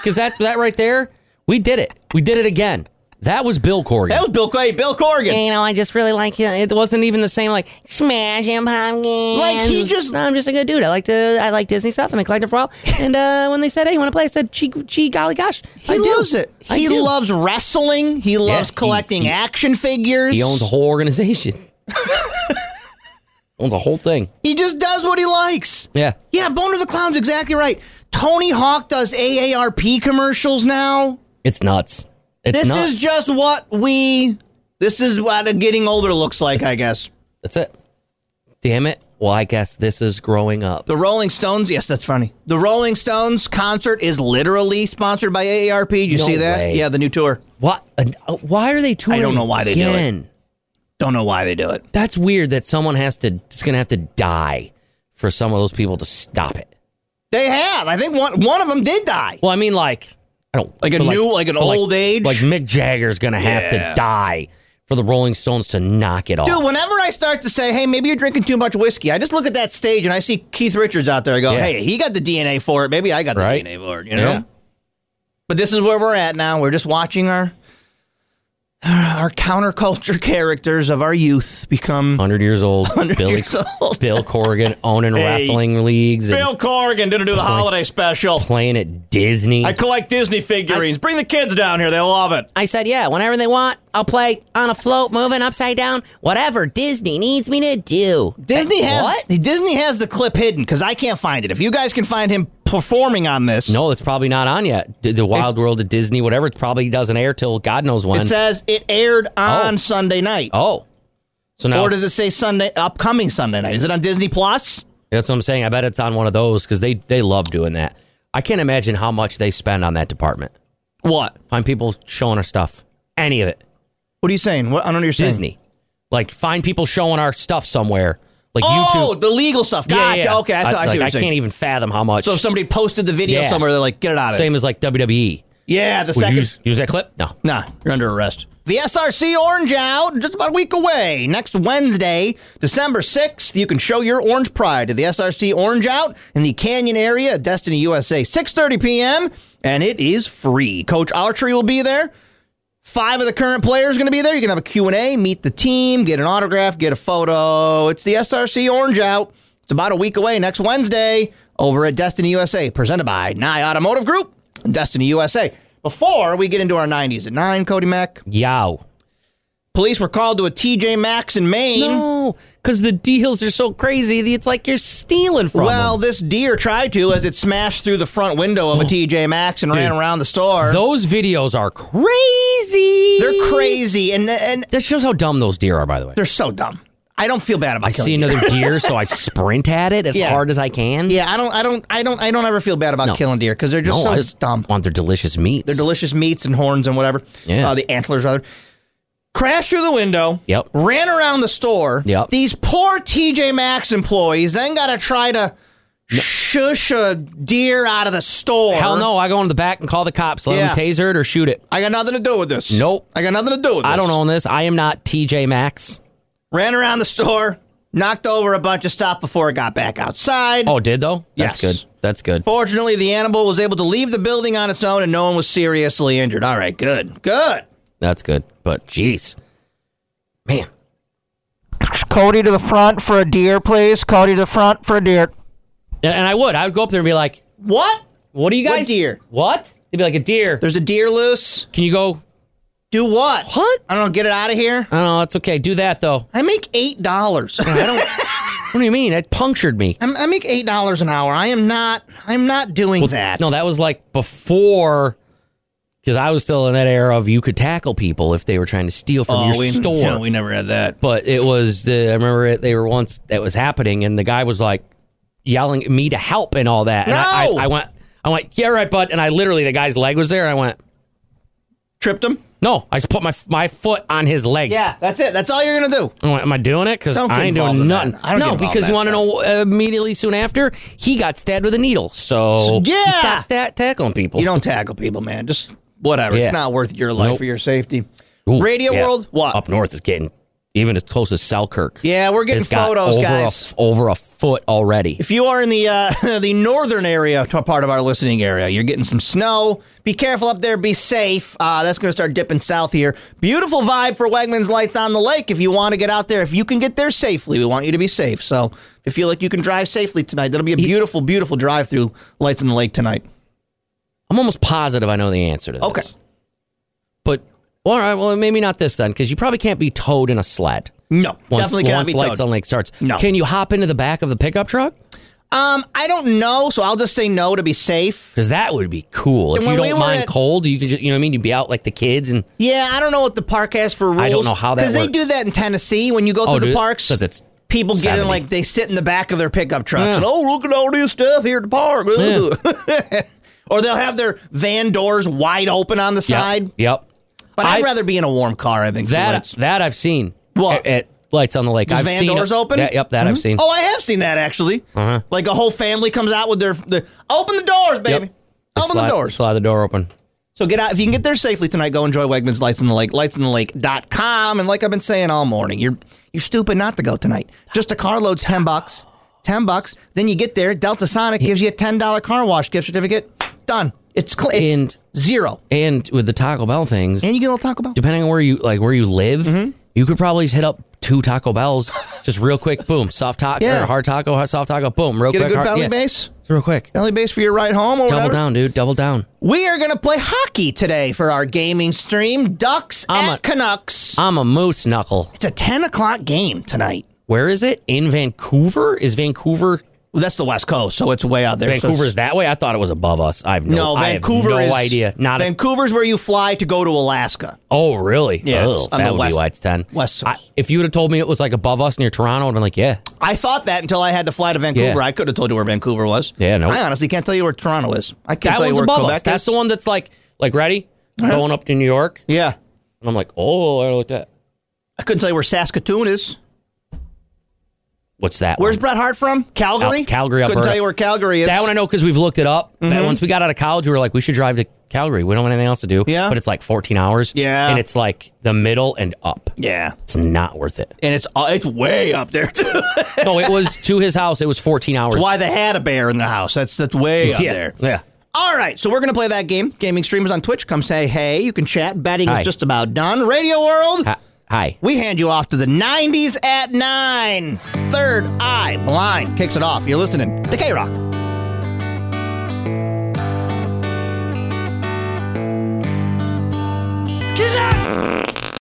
because that that right there, we did it. We did it again. That was Bill Corgan. that was Bill. Hey, Bill Corgan. you know, I just really like him. It wasn't even the same. Like smashing pumpkins. Like, he just- I'm just a good dude. I like to. I like Disney stuff. I'm a collector for all. And uh, when they said, "Hey, you want to play?" I said, "Gee, gee golly gosh, He I do. loves it. I He do. loves wrestling. He loves he- collecting he- action figures. He owns a whole organization. owns a whole thing. He just does what he likes. Yeah. Yeah, Boner the Clown's exactly right. Tony Hawk does AARP commercials now. It's nuts. It's this nuts. is just what we. This is what a getting older looks like, I guess. That's it. Damn it. Well, I guess this is growing up. The Rolling Stones. Yes, that's funny. The Rolling Stones concert is literally sponsored by AARP. Did you No see that? way. Yeah, the new tour. What? uh, Why are they touring? I don't know why they do it. again? Don't know why they do it. That's weird that someone has to. It's gonna have to die for some of those people to stop it. They have. I think one one of them did die. Well, I mean, like I don't Like a but new- like an but old age? Like Mick Jagger's gonna have Yeah. to die for the Rolling Stones to knock it off. Dude, whenever I start to say, hey, maybe you're drinking too much whiskey, I just look at that stage and I see Keith Richards out there. I go, Yeah. hey, he got the DNA for it. Maybe I got the Right. DNA for it, you know? Yeah. But this is where we're at now. We're just watching our our counterculture characters of our youth become Hundred years old, 100 Billy, years old. Bill Corrigan owning Hey, wrestling leagues and Bill Corrigan didn't do the holiday special. playing at Disney. I collect Disney figurines. Bring the kids down here. They love it. I said, yeah, whenever they want, I'll play on a float, moving upside down, whatever Disney needs me to do. Disney has What? Disney has the clip hidden because I can't find it. If you guys can find him performing on this, No, it's probably not on yet. D- The Wild World of Disney, whatever, it probably doesn't air till God knows when. it says it aired on Sunday night. oh, so now Or does it say Sunday upcoming Sunday night? Is it on Disney Plus? that's what I'm saying. I bet it's on one of those because they they love doing that. I can't imagine how much they spend on that department. What? Find people showing our stuff, any of it. What are you saying? What I don't understand. Disney, like find people showing our stuff somewhere, like Oh, YouTube. the legal stuff. Yeah, Gotcha. yeah, yeah. Okay, that's I, I, I, see like, what I you're saying. can't even fathom how much. So if somebody posted the video Yeah. somewhere, they're like, get it out of same as like E. WWE. it. Yeah, the Would you second. use, use that clip? No. Nah, you're under arrest. The SRC Orange Out, just about a week away. Next Wednesday, December 6th, you can show your orange pride at the SRC Orange Out in the Canyon area at Destiny, USA, 6.30 p.m., and it is free. Coach Archery will be there. Five of the current players going to be there. You can have a Q&A, meet the team, get an autograph, get a photo. It's the SRC Orange Out. It's about a week away next Wednesday over at Destiny USA, presented by Nye Automotive Group and Destiny USA. Before we get into our 90s at 9, Cody Mack, Yow. police were called to a TJ Maxx in Maine. No, because the deals are so crazy. that It's like you're stealing from well, them. this deer tried to as it smashed through the front window Oh. of a TJ Maxx and ran around the store. Those videos are crazy. They're crazy, and and That shows how dumb those deer are, by the way. they're so dumb. I don't feel bad about I killing see deer. another deer, so I sprint at it as Yeah. hard as I can. Yeah, I don't, I don't, I don't, I don't ever feel bad about No. killing deer because they're just no, so I just dumb. want their delicious meats. They're delicious meats and horns and whatever. Yeah. uh, the antlers rather. Crashed through the window. Yep. Ran around the store. Yep. These poor TJ Maxx employees then got to try to shush a deer out of the store. Hell no! I go in the back and call the cops. Let Yeah. them taser it or shoot it. I got nothing to do with this. Nope. I got nothing to do with this. I don't own this. I am not TJ Maxx. Ran around the store, knocked over a bunch of stuff before it got back outside. Oh, it did though? That's Yes. good. That's good. Fortunately, the animal was able to leave the building on its own and no one was seriously injured. All right, good. Good. That's good. But jeez, man. Cody to the front for a deer, please. Cody to the front for a deer. And, and I would. I would go up there and be like, What? "What do you What guys? deer? What?" They'd be like, "A deer." There's a deer loose. Can you go Do what? What? I don't know, get it out of here. I don't know. It's okay. Do that though. I make eight dollars. I don't. what do you mean? It punctured me. I'm, I make eight dollars an hour. I am not. I'm not doing that. No, that was like before, because I was still in that era of you could tackle people if they were trying to steal from Oh, your we- store. yeah, we never had that. But it was the I remember it. They were once that was happening, and the guy was like yelling at me to help and all that. And I, No! I, I went, I went, yeah, right, bud. And I literally the guy's leg was there. And I went, tripped him. No, I just put my my foot on his leg. Yeah, that's it. That's all you're gonna do. I went, Am I doing it? Because Don't get I ain't involved doing in nothing. that. I don't get no, involved in because that you want to know uh, immediately soon after he got stabbed with a needle. So Yeah. he stopped sta- tackling people. You don't tackle people, man. Just whatever. Yeah. It's not worth your life Nope. or your safety. Ooh, Radio yeah. World, what? up north is getting even as close as Selkirk. Yeah, we're getting It's got photos, over guys. A, f- over a foot already. If you are in the uh, the northern area, to- part of our listening area, you're getting some snow. Be careful up there. Be safe. Uh, that's going to start dipping south here. Beautiful vibe for Wegmans Lights on the Lake. If you want to get out there, if you can get there safely, we want you to be safe. So if you feel like you can drive safely tonight, that'll be a beautiful, beautiful drive through Lights on the Lake tonight. I'm almost positive I know the answer to this. Okay. But well, all right, well maybe not this then, because you probably can't be towed in a sled. No, Once, definitely cannot once be lights towed. on lake starts. No. Can you hop into the back of the pickup truck? Um, I don't know, so I'll just say no to be safe. Because that would be cool. If And you when we don't were mind at- cold, you could just you know what I mean, you'd be out like the kids and Yeah, I don't know what the park has for rules. I don't know how that because they works. Oh, do that in Tennessee when you go through the parks. Because it's people get in 70. like they sit in the back of their pickup trucks Yeah. and oh look at all this stuff here at the park or they'll have their van doors wide open on the Yep, side Yep. but i'd I- rather be in a warm car i think for That lights. that I've seen. What? At, at lights on the lake. Just I've van seen doors open That, yep, that I've Mhm. seen. oh i have seen that actually Uh-huh. like a whole family comes out with their, their open the doors baby Yep. open slide, the doors Slide the door open. So get out if you can get there safely tonight. Go enjoy Wegmans Lights in the Lake, lightsinlake.com. And like I've been saying all morning, you're you're stupid not to go tonight. Just a car load's ten bucks, ten bucks. Then you get there, Delta Sonic gives you a ten dollar car wash gift certificate. Done. It's, cl- it's And- zero, And with the Taco Bell things, and Mm-hmm. you get a little Taco Bell. depending on where you like where you live, you could probably hit up two Taco Bells just real quick. Boom, soft taco, Yeah. or hard taco, hard- soft taco. Boom, real Get a quick. good hard- belly yeah. base, It's real quick. belly base for your ride home or Double whatever. down, dude. Double down. We are gonna play hockey today for our gaming stream. Ducks I'm at a- Canucks. I'm a moose knuckle. It's a ten o'clock game tonight. Where is it? In Vancouver? Is Vancouver? Well, that's the West Coast, so it's way out there. so it's- Vancouver's that way? I thought it was above us. I have no, No, Vancouver I have is no idea. Not a, Vancouver's where you fly to go to Alaska. Oh, really? Yeah, Ugh, it's on that the would west- be why it's 10. west I, coast. if you would have told me it was like above us near Toronto, I'd have been like, yeah. I thought that until I had to fly to Vancouver. Yeah. I could have told you where Vancouver was. Yeah, no. I honestly can't tell you where Toronto is. I can't That tell you one's where above Quebec us. That's is. Uh-huh. the one that's like, like, ready? Going up to New York. Yeah, And I'm like, oh, I looked at I couldn't tell you where Saskatoon is. What's that? Where's one? Bret Hart from? Calgary. Al- Calgary, Couldn't Alberta. tell you where Calgary is. That one I know because we've looked it up. Mm-hmm. That once we got out of college, we were like, we should drive to Calgary. We don't have anything else to do. Yeah. But it's like 14 hours. Yeah. And it's like the middle and up. yeah, It's not worth it. and it's uh, it's way up there too. That's no, it was to his house. It was 14 hours. why they had a bear in the house. That's that's way up yeah. there. Yeah. All right, so we're gonna play that game. Gaming streamers on Twitch, come say hey. You can chat. Betting Hi. is just about done. Radio World. Hi- Hi. We hand you off to the 90s at 9. Third Eye Blind kicks it off. You're listening to K Rock.